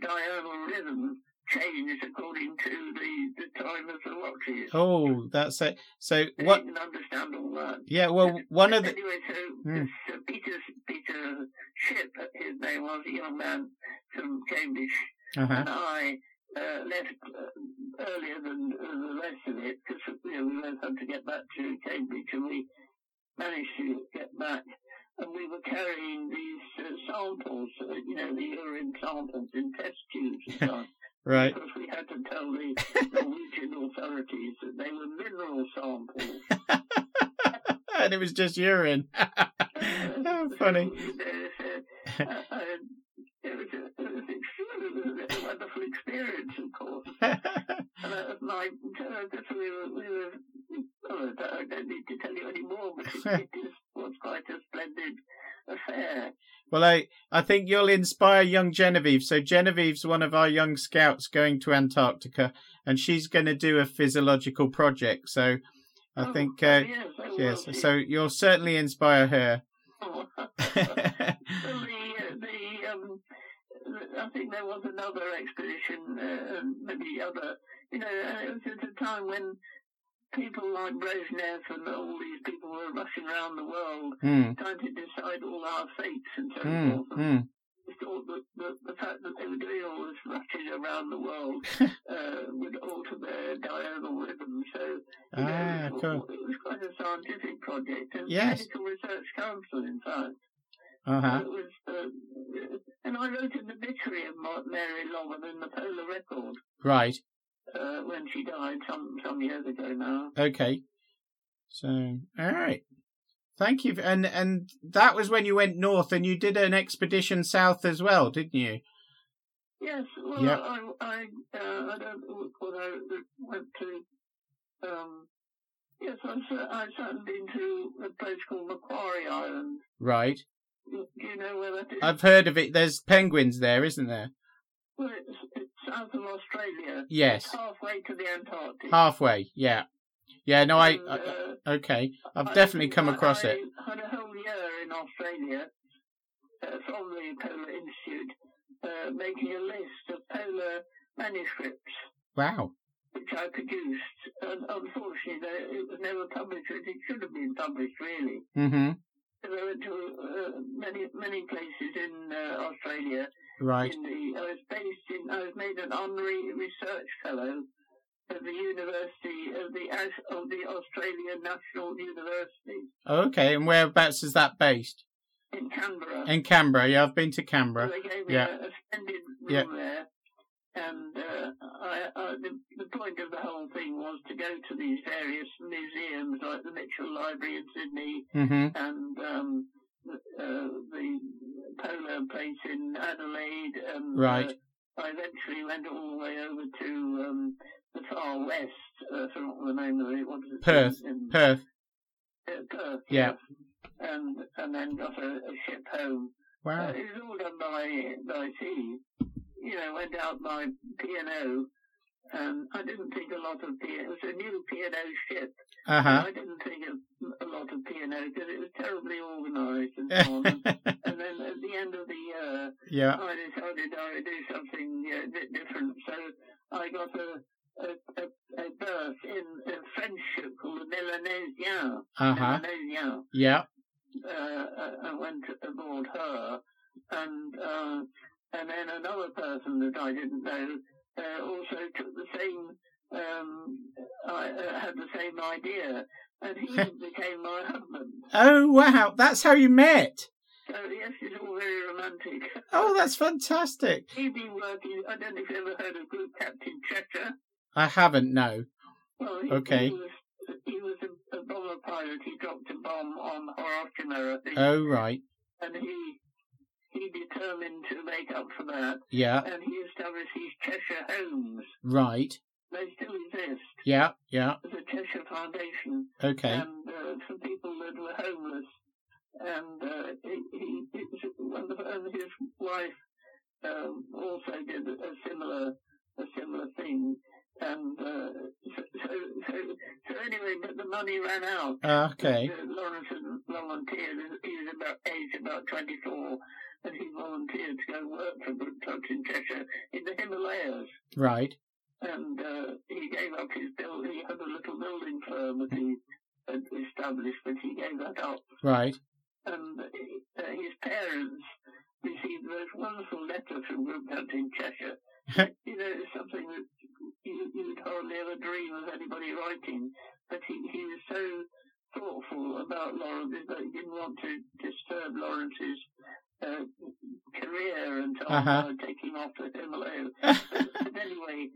Speaker 2: diurnal rhythm changed according to the, the time of the watches.
Speaker 1: Oh, that's it. So what?
Speaker 2: You can understand all that.
Speaker 1: Yeah. Well, one of the
Speaker 2: Anyway, so
Speaker 1: Hmm.
Speaker 2: this, uh, Peter, Peter Ship, his name was, a young man from Cambridge,
Speaker 1: uh huh.
Speaker 2: and I uh, left uh, earlier than uh, the rest of it because you know, we both had to get back to Cambridge and we managed to get back. And we were carrying these uh, samples, uh, you know, the urine samples in test tubes and so on.
Speaker 1: Right.
Speaker 2: Because we had to tell the Norwegian authorities that they were mineral samples.
Speaker 1: and it was just urine. How funny.
Speaker 2: Uh, uh, it was a- it was extremely- it was a wonderful experience, of course. And that was my, I guess we were, we were, well, I don't need to tell you any more, but it is, was quite a splendid affair.
Speaker 1: well, I, I think you'll inspire young Genevieve. So Genevieve's one of our young scouts going to Antarctica, and she's going to do a physiological project. So I
Speaker 2: Oh,
Speaker 1: think,
Speaker 2: oh,
Speaker 1: uh,
Speaker 2: yes, oh,
Speaker 1: yes.
Speaker 2: well,
Speaker 1: So you'll certainly inspire her.
Speaker 2: well, the, the, um, the- I think there was another expedition, uh, and maybe other, you know, uh, it was at a time when people like Brezhnev and all these people were rushing around the world
Speaker 1: mm,
Speaker 2: trying to decide all our fates and so
Speaker 1: mm,
Speaker 2: forth.
Speaker 1: mm.
Speaker 2: just all the, the, the fact that they were doing all this rushing around the world uh, would alter their diurnal rhythm. So you know,
Speaker 1: Ah,
Speaker 2: it, was,
Speaker 1: cool.
Speaker 2: it was quite a scientific project. And
Speaker 1: Yes.
Speaker 2: Medical Research Council, in fact.
Speaker 1: Uh huh.
Speaker 2: It was, uh, and I wrote an obituary of Ma- Mary Longman in the Polar Record
Speaker 1: Right.
Speaker 2: uh, when she died some, some years ago now.
Speaker 1: Okay. So, all right. Thank you. And and that was when you went north, and you did an expedition south as well, didn't you?
Speaker 2: Yes, well,
Speaker 1: Yep.
Speaker 2: I, I, uh, I don't know what I went to. Um, yes, I've, cer- I've certainly been to a place called Macquarie Island.
Speaker 1: Right.
Speaker 2: Do you know where that is?
Speaker 1: I've heard of it. There's penguins there, isn't there?
Speaker 2: Well, it's, it's south of Australia,
Speaker 1: Yes.
Speaker 2: halfway to the Antarctic.
Speaker 1: Halfway. Yeah. Yeah. No. Oh, I.
Speaker 2: And,
Speaker 1: I
Speaker 2: uh,
Speaker 1: okay. I've
Speaker 2: I-
Speaker 1: definitely come
Speaker 2: I-
Speaker 1: across
Speaker 2: I
Speaker 1: it.
Speaker 2: had a whole year in Australia uh, from the Polar Institute uh, making a list of polar manuscripts.
Speaker 1: Wow.
Speaker 2: which I produced, and unfortunately they- it was never published as it should have been published, really.
Speaker 1: Mm-hmm.
Speaker 2: So I went to uh, many many places in uh, Australia.
Speaker 1: Right.
Speaker 2: In the, I was based in, I was made an honorary research fellow at the University of the Aus- of the Australian National University
Speaker 1: Okay. And whereabouts is that based?
Speaker 2: in Canberra.
Speaker 1: In Canberra. Yeah, I've been to
Speaker 2: So
Speaker 1: Canberra.
Speaker 2: they gave me
Speaker 1: Yeah.
Speaker 2: a, a splendid room
Speaker 1: Yeah.
Speaker 2: there. And uh, I, I, the, the point of the whole thing was to go to these various museums like the Mitchell Library in Sydney
Speaker 1: Mm-hmm.
Speaker 2: and um, the, uh, the Polo Place in Adelaide. And,
Speaker 1: Right.
Speaker 2: Uh, I eventually went all the way over to um, the far west. Uh, I forgot the name of it. What is it?
Speaker 1: Perth.
Speaker 2: In-
Speaker 1: Perth.
Speaker 2: uh, Perth.
Speaker 1: Yeah.
Speaker 2: And, and then got a, a ship home. Uh,
Speaker 1: Wow.
Speaker 2: it was all done by by sea. You know, went out by P and O. Um, I didn't think a lot of P. It was a new P and O ship.
Speaker 1: Uh huh.
Speaker 2: I didn't think a, a lot of P and O because it was terribly organised and so on. and then at the end of the year,
Speaker 1: yeah.
Speaker 2: I decided I would do something uh, a bit different. So I got a a, a, a berth in a French ship called the Melanesian.
Speaker 1: Uh huh.
Speaker 2: Melanesian
Speaker 1: Yeah.
Speaker 2: uh, I went aboard her, and uh, and then another person that I didn't know uh, also took the same. Um, I uh, had the same idea, and he became my husband.
Speaker 1: Oh wow. That's how you met.
Speaker 2: So yes, it's all very romantic.
Speaker 1: Oh, that's fantastic.
Speaker 2: He'd been working. I don't know if you ever heard of Group Captain Cheshire.
Speaker 1: I haven't, no.
Speaker 2: Well, he,
Speaker 1: Okay.
Speaker 2: He was, he was a, a bomber pilot. He dropped a bomb on Hiroshima, I think,
Speaker 1: Oh, right.
Speaker 2: and he he determined to make up for that.
Speaker 1: Yeah,
Speaker 2: and he established these Cheshire Homes.
Speaker 1: right.
Speaker 2: They still exist.
Speaker 1: Yeah, yeah.
Speaker 2: There's a Cheshire Foundation,
Speaker 1: Okay.
Speaker 2: and uh, for people that were homeless. And uh, he, he, it was wonderful. And his wife um, also did a similar, a similar thing. And uh, so, so, so, so anyway, but the money ran out.
Speaker 1: Okay.
Speaker 2: Uh, Lawrence had volunteered. He was about age about 24, and he volunteered to go work for Good Clubs in Cheshire in the Himalayas.
Speaker 1: Right.
Speaker 2: And uh, he gave up his building. He had a little building firm that he had established, but he gave that up.
Speaker 1: Right.
Speaker 2: And uh, his parents received the most wonderful letter from Good Clubs in Cheshire. you know, it's something that you, you would hardly ever dream of anybody writing. But he, he was so thoughtful about Lawrence that he didn't want to disturb Lawrence's uh, career and so on
Speaker 1: Uh-huh.
Speaker 2: by taking off to Himalaya. but anyway,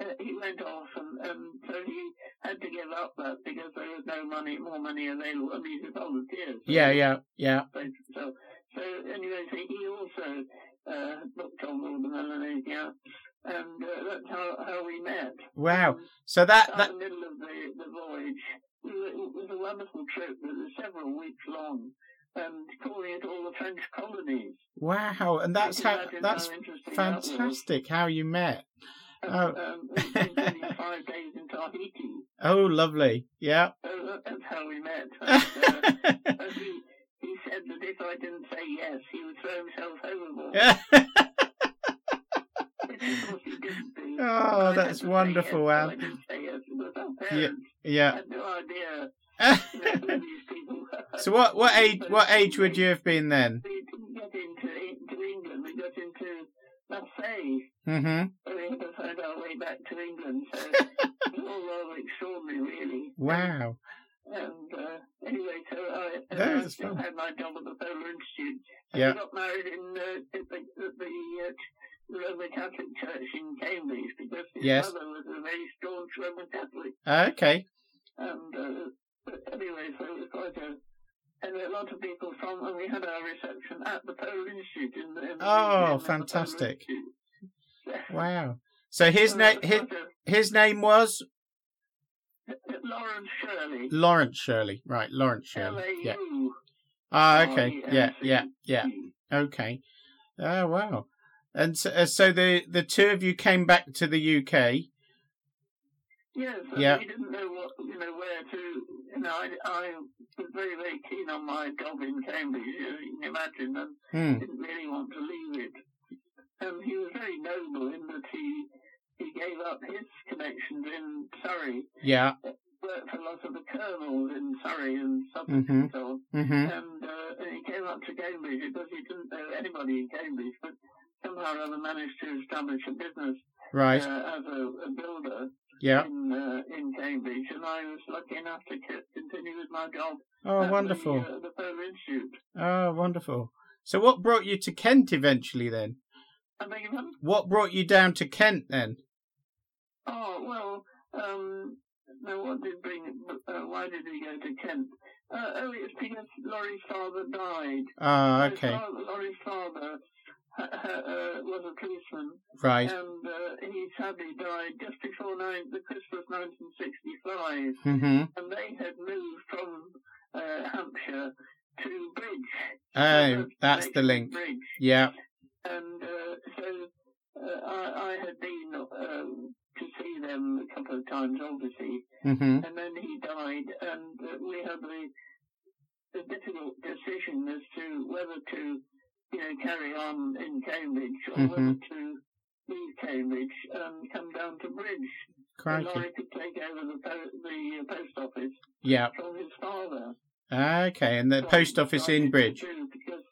Speaker 2: uh, he went off, and, and so he had to give up that because there was no money, more money available. I mean, he volunteers.
Speaker 1: Yeah, yeah, yeah.
Speaker 2: So, so, so anyway, so he also uh, looked on Watermelon and anything else, and uh, that's how, how we met.
Speaker 1: Wow. So that
Speaker 2: Out
Speaker 1: that
Speaker 2: in the middle of the, the voyage, we were, it was a wonderful trip that was several weeks long, and calling it all the French colonies.
Speaker 1: wow, and that's
Speaker 2: You can
Speaker 1: how
Speaker 2: imagine
Speaker 1: that's
Speaker 2: interesting that was.
Speaker 1: fantastic. How you met?
Speaker 2: Um,
Speaker 1: Oh.
Speaker 2: um, we spent five days in Tahiti.
Speaker 1: Oh, lovely. Yeah.
Speaker 2: Uh, that's how we met. And, uh, and he, he said that if I didn't say yes, he would throw himself overboard. Which of course he didn't do.
Speaker 1: Oh,
Speaker 2: I had
Speaker 1: that's
Speaker 2: to say
Speaker 1: wonderful,
Speaker 2: yes,
Speaker 1: Al.
Speaker 2: I didn't say yes. It was our
Speaker 1: Yeah.
Speaker 2: parents. I
Speaker 1: yeah.
Speaker 2: had no idea you know, who these people were.
Speaker 1: so what what age what age would you have been then?
Speaker 2: We didn't get into, into England. We got into Marseille.
Speaker 1: hmm
Speaker 2: where We had to find our way back to England. So it was all rather extraordinary, really.
Speaker 1: Wow.
Speaker 2: And uh, anyway, so I, and
Speaker 1: That
Speaker 2: I
Speaker 1: is
Speaker 2: still
Speaker 1: fun.
Speaker 2: had my job at the Polar Institute. And
Speaker 1: Yeah.
Speaker 2: I got married in uh, at the, at the uh, Roman Catholic Church in Cambridge because his
Speaker 1: Yes.
Speaker 2: mother was a very staunch Roman Catholic.
Speaker 1: Okay.
Speaker 2: And uh, but anyway, so it was quite a. And a lot of people from, and we had our reception at the Polar Institute in the. In the
Speaker 1: Oh,
Speaker 2: museum at the Polar
Speaker 1: fantastic.
Speaker 2: Institute.
Speaker 1: Wow. So his name
Speaker 2: So that was
Speaker 1: his,
Speaker 2: quite a-
Speaker 1: his name was
Speaker 2: Lawrence Shirley.
Speaker 1: Lawrence Shirley. Right, Lawrence Shirley. Yeah.
Speaker 2: L.A.U.. E
Speaker 1: Ah, okay. Yeah, yeah, yeah.
Speaker 2: L.A.U..
Speaker 1: Okay. Oh, wow. And so, uh, so the the two of you came back to the UK.
Speaker 2: Yes,
Speaker 1: Yeah.
Speaker 2: yeah. we didn't know what you know where to. You know, I, I was very very keen on my job in Cambridge, as you can imagine, and
Speaker 1: Hmm.
Speaker 2: didn't really want to leave it. And he was very noble in that he he gave up his connections in Surrey,
Speaker 1: Yeah.
Speaker 2: worked for lots of the colonels in Surrey and Suffolk
Speaker 1: Mhm.
Speaker 2: and so on.
Speaker 1: hmm
Speaker 2: And, uh, and he came up to Cambridge because he didn't know anybody in Cambridge, but somehow or other managed to establish a business
Speaker 1: Right.
Speaker 2: uh, as a, a builder
Speaker 1: Yeah.
Speaker 2: in uh, in Cambridge, and I was lucky enough to co- continue with my job. at
Speaker 1: Oh,
Speaker 2: the,
Speaker 1: wonderful.
Speaker 2: uh, the Polar Institute.
Speaker 1: Oh, wonderful. So what brought you to Kent eventually then?
Speaker 2: I um, beg your pardon?
Speaker 1: What brought you down to Kent then?
Speaker 2: Oh well, um, now what did bring? Uh, why did we go to Kent? Uh, oh, it's because Laurie's father died.
Speaker 1: Ah,
Speaker 2: His
Speaker 1: okay.
Speaker 2: father- Laurie's father. Uh, uh, was a policeman,
Speaker 1: Right.
Speaker 2: and uh, he sadly died just before nine, the Christmas 1965.
Speaker 1: hmm
Speaker 2: and they had moved from uh, Hampshire to Bridge.
Speaker 1: Oh,
Speaker 2: Uh,
Speaker 1: that's the
Speaker 2: Lexington
Speaker 1: link.
Speaker 2: Bridge.
Speaker 1: Yeah.
Speaker 2: And uh, so uh, I, I had been um, to see them a couple of times, obviously,
Speaker 1: hmm
Speaker 2: and then he died, and uh, we had the, the difficult decision as to whether to, you know, carry on in Cambridge or whether to leave Cambridge and come down to Bridge. And
Speaker 1: Crikey.
Speaker 2: Laurie could take over the, po- the uh, post office
Speaker 1: Yeah. Ah,
Speaker 2: from his father.
Speaker 1: Okay. And the
Speaker 2: from
Speaker 1: post office in
Speaker 2: 1952,
Speaker 1: Bridge.
Speaker 2: Because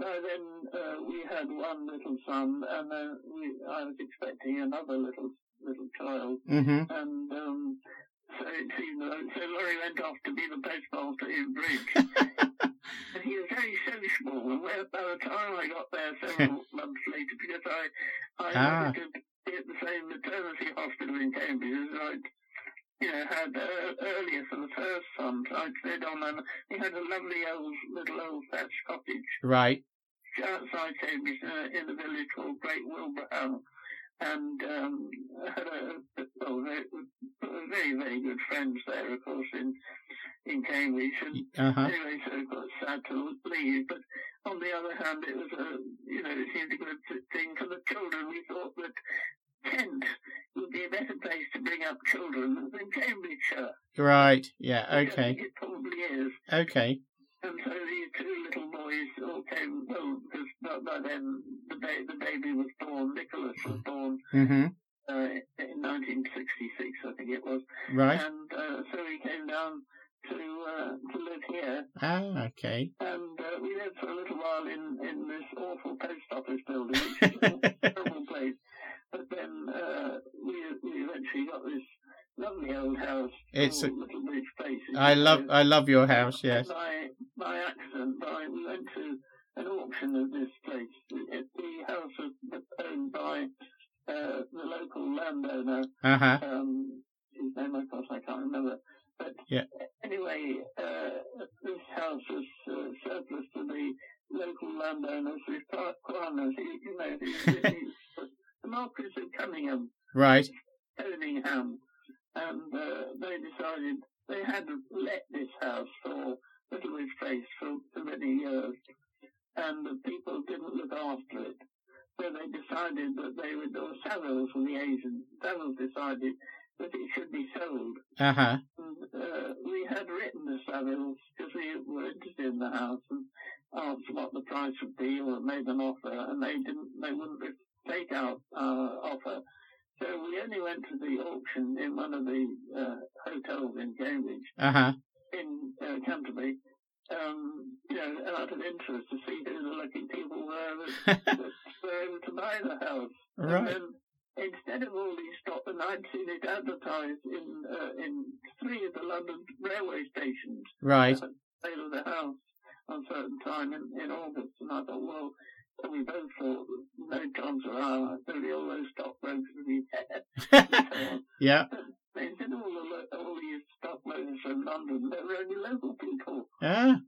Speaker 2: by then uh, we had one little son, and then we, I was expecting another little little child,
Speaker 1: hmm
Speaker 2: and um, so it seemed that so Laurie went off to be the postmaster in Bridge. And he was very sociable, and where- by the time I got there several months later, because I I
Speaker 1: Ah.
Speaker 2: wanted to be at the same maternity hospital in Cambridge as I'd, you know, had uh, earlier for the first son. So I'd stayed on, and we had a lovely old little old thatched cottage
Speaker 1: Right.
Speaker 2: outside Cambridge uh, in a village called Great Wilbraham. And um, I had a, well, very, very, very good friends there, of course, in in Cambridge. And
Speaker 1: Uh-huh.
Speaker 2: Anyway, so it was sad to leave, but on the other hand, it was a, you know, it seemed a good thing for the children. We thought that Kent would be a better place to bring up children than Cambridgeshire.
Speaker 1: Right. Yeah.
Speaker 2: which I think
Speaker 1: Okay.
Speaker 2: It probably is.
Speaker 1: Okay.
Speaker 2: And so these two little boys all came, well, because by, by then the, ba- the baby was born, Nicholas was born
Speaker 1: hmm
Speaker 2: uh, in 1966, I think it was.
Speaker 1: Right.
Speaker 2: And uh, so he came down to, uh, to live here.
Speaker 1: Ah, okay.
Speaker 2: and uh, we lived for a little while in, in this awful post office building, which was a terrible place. But then uh, we, we eventually got this lovely old house.
Speaker 1: It's a-
Speaker 2: called little bridge place.
Speaker 1: I love I love your
Speaker 2: And
Speaker 1: house. Yes.
Speaker 2: By by accident, by we went to an auction of this place. It, the house was owned by uh, the local landowner now.
Speaker 1: Uh huh.
Speaker 2: Um, his name, of course, I can't remember. But
Speaker 1: Yeah.
Speaker 2: anyway, uh, this house was uh, surplus to the local landowners, the Parkwaners, you know, the, the, the Marquis of Cunningham.
Speaker 1: Right.
Speaker 2: Cunningham, and uh, they decided they had let this house for Littlewich Place for, for many years, and the people didn't look after it. So they decided that they would, or Savills and the agent, Savills decided that it should be sold.
Speaker 1: Uh huh.
Speaker 2: And, uh, we had written to Savills because we were interested in the house and asked what the price would be or made an offer and they didn't, they wouldn't re- take our uh, offer. So we only went to the auction in one of the uh, hotels in Cambridge,
Speaker 1: Uh huh.
Speaker 2: in uh, Canterbury, um, you know, out of interest to see who the lucky people were that, that were able to buy the house. And
Speaker 1: Right.
Speaker 2: then instead of all these stop, and I'd seen it advertised in uh, in three of the London railway stations,
Speaker 1: Right.
Speaker 2: uh, sale of the house on a certain time in, in August, and I thought, well, we both thought no chance of our, there'll be all those stockbrokers will be there. and so on.
Speaker 1: yeah.
Speaker 2: They said all, the, lo- all these stockbrokers from London, they were only local people.
Speaker 1: Ah.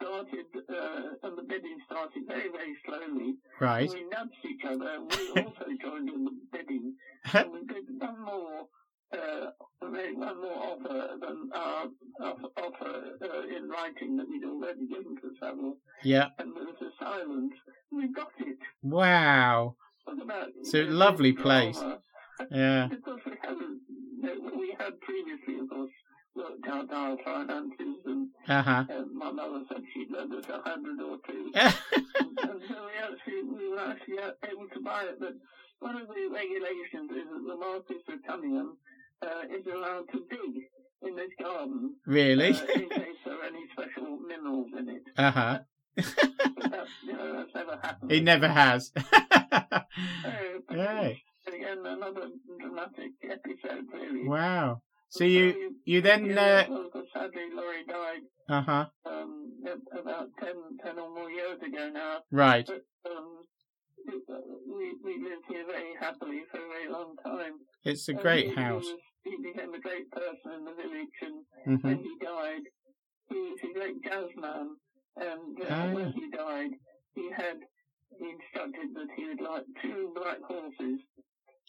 Speaker 2: Started, uh, and the bidding started very, very slowly.
Speaker 1: Right.
Speaker 2: We nudged each other. and We also joined in the bidding. And we did one more, uh, we made one more offer than our, our offer uh, in writing that we'd already given to Savile.
Speaker 1: Yeah.
Speaker 2: And there was a silence. We got it.
Speaker 1: Wow.
Speaker 2: Talk about,
Speaker 1: So,
Speaker 2: you know,
Speaker 1: lovely
Speaker 2: drama.
Speaker 1: place. Yeah.
Speaker 2: Because we hadn't, you know, we had previously, of course, worked out our finances and,
Speaker 1: Uh huh.
Speaker 2: and my mother said she'd lend us a hundred or two. and so we actually we were actually able to buy it. But one of the regulations is that the Marquis of Cunningham uh, is allowed to dig in this garden uh,
Speaker 1: really?
Speaker 2: in case there are any special minerals in it.
Speaker 1: Uh huh.
Speaker 2: But that, you know, that's never happened.
Speaker 1: It never has.
Speaker 2: So, but
Speaker 1: Yay.
Speaker 2: Again, another dramatic episode, really.
Speaker 1: Wow. So you
Speaker 2: So
Speaker 1: you then uh
Speaker 2: yeah, well, because sadly, Laurie died
Speaker 1: uh huh.
Speaker 2: um, a- about 10, 10 or more years ago now.
Speaker 1: Right.
Speaker 2: Um, we, we lived here very happily for a very long time.
Speaker 1: It's a
Speaker 2: Um,
Speaker 1: great
Speaker 2: he
Speaker 1: house.
Speaker 2: was- he became a great person in the village, and
Speaker 1: hmm
Speaker 2: when he died, he was a great jazz man. And uh,
Speaker 1: Ah.
Speaker 2: when he died, he had he instructed that he would like two black horses,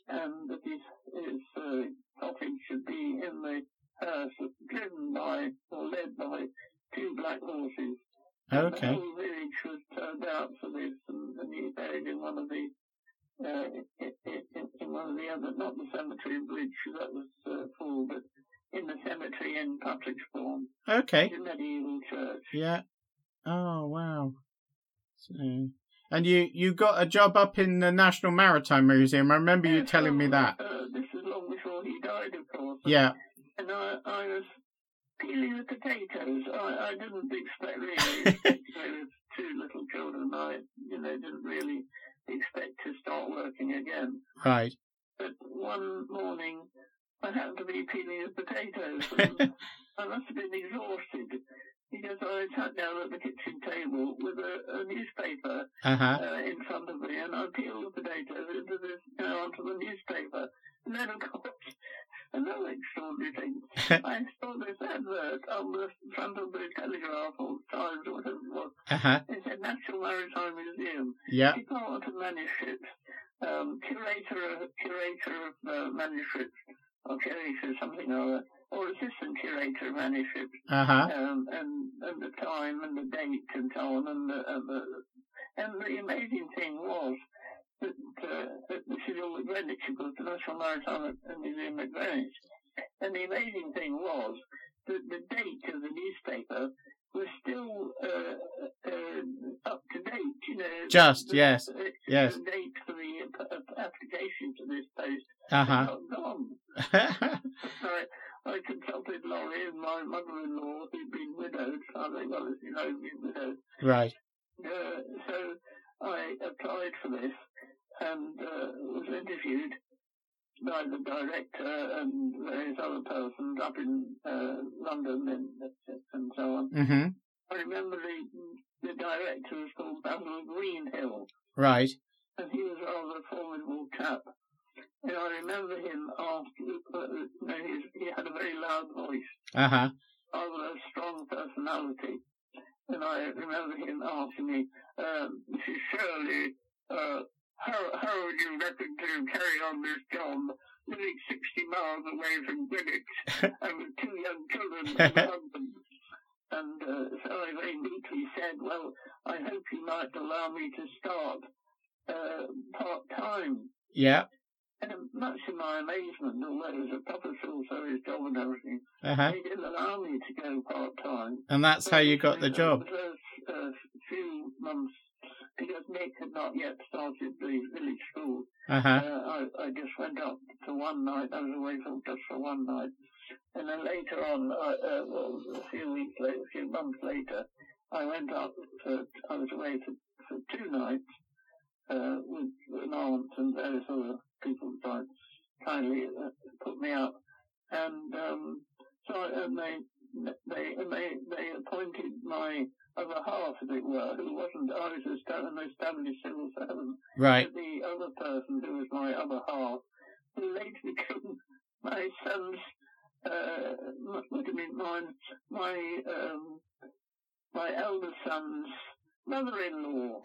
Speaker 2: and that his his uh, coffin should be in the hearse, driven by or led by two black horses. And The
Speaker 1: Okay.
Speaker 2: whole village was turned out for this, and, and he buried in one of the uh, in, in, in one of the other, not the cemetery in Bridge, that was uh, full, but in the cemetery in Patricksbourne,
Speaker 1: Okay.
Speaker 2: the medieval church.
Speaker 1: Yeah. Oh wow. So, and you you got a job up in the National Maritime Museum. I remember you
Speaker 2: Yes,
Speaker 1: telling me
Speaker 2: well,
Speaker 1: that.
Speaker 2: Uh, this is long before he died, of course.
Speaker 1: Yeah.
Speaker 2: And I, I was peeling the potatoes. I, I didn't expect really. expect, there was two little children. I, you know, didn't really expect to start working again.
Speaker 1: Right.
Speaker 2: But one morning, I happened to be peeling the potatoes. And I must have been exhausted because I sat down at the kitchen table with a, a newspaper
Speaker 1: Uh huh.
Speaker 2: uh, in front of me, and I peeled the potatoes into this, you know, onto the newspaper. And then, of course, another extraordinary thing. I saw this advert on the front of the Telegraph or Times or whatever it was.
Speaker 1: Uh huh.
Speaker 2: It said National Maritime Museum,
Speaker 1: Yeah.
Speaker 2: Department of Manuscripts, um, curator of, curator of uh, manuscripts, or curator of something or other, or assistant curator of manuscripts
Speaker 1: Uh huh.
Speaker 2: um, and, and the time and the date and so on. And the, and the, and the amazing thing was that, uh, that this is all at Greenwich, of course, the National Maritime Museum at Greenwich. And the amazing thing was that the date of the newspaper was still uh, uh, up to date, you know.
Speaker 1: Just,
Speaker 2: The-
Speaker 1: yes,
Speaker 2: the-
Speaker 1: Yes.
Speaker 2: The date for the uh, p- uh, application to this post
Speaker 1: Uh
Speaker 2: had
Speaker 1: huh.
Speaker 2: not gone. So I, I consulted Laurie oh, and my mother-in-law, who'd been widowed. I think, well, as you know, been widowed.
Speaker 1: right.
Speaker 2: Uh, so I applied for this and uh, was interviewed by the director and various other persons up in uh, London and, and so on.
Speaker 1: Mm-hmm.
Speaker 2: I remember the, the director was called Basil Greenhill,
Speaker 1: Right.
Speaker 2: and he was a rather formidable chap. And I remember him after, uh, you know, he's- he had a very loud voice,
Speaker 1: Uh huh.
Speaker 2: rather a strong personality. And I remember him asking me, um, Mrs. Shirley, uh, how, how would you reckon to carry on this job, living 60 miles away from Greenwich, and with two young children and a husband? And uh, so I very meekly said, well, I hope you might allow me to start uh, part-time.
Speaker 1: Yeah.
Speaker 2: And much to my amazement, although it was a publisher also his job and everything,
Speaker 1: Uh huh.
Speaker 2: he didn't allow me to go part time.
Speaker 1: And that's how you got the job.
Speaker 2: First uh, few months, because Nick had not yet started the village school,
Speaker 1: Uh huh.
Speaker 2: uh, I, I just went up to one night. I was away from just for one night, and then later on, I, uh, well, a few weeks later, a few months later, I went up. To, I was away for, for two nights uh, with an aunt and various other people that kindly uh, put me up, and um, so I- and they they and they they appointed my other half, as it were, who wasn't. I was a sta- an established civil servant
Speaker 1: Right.
Speaker 2: the other person who was my other half, who later became my son's, uh, m- would have been mine, my, um, my elder son's mother-in-law.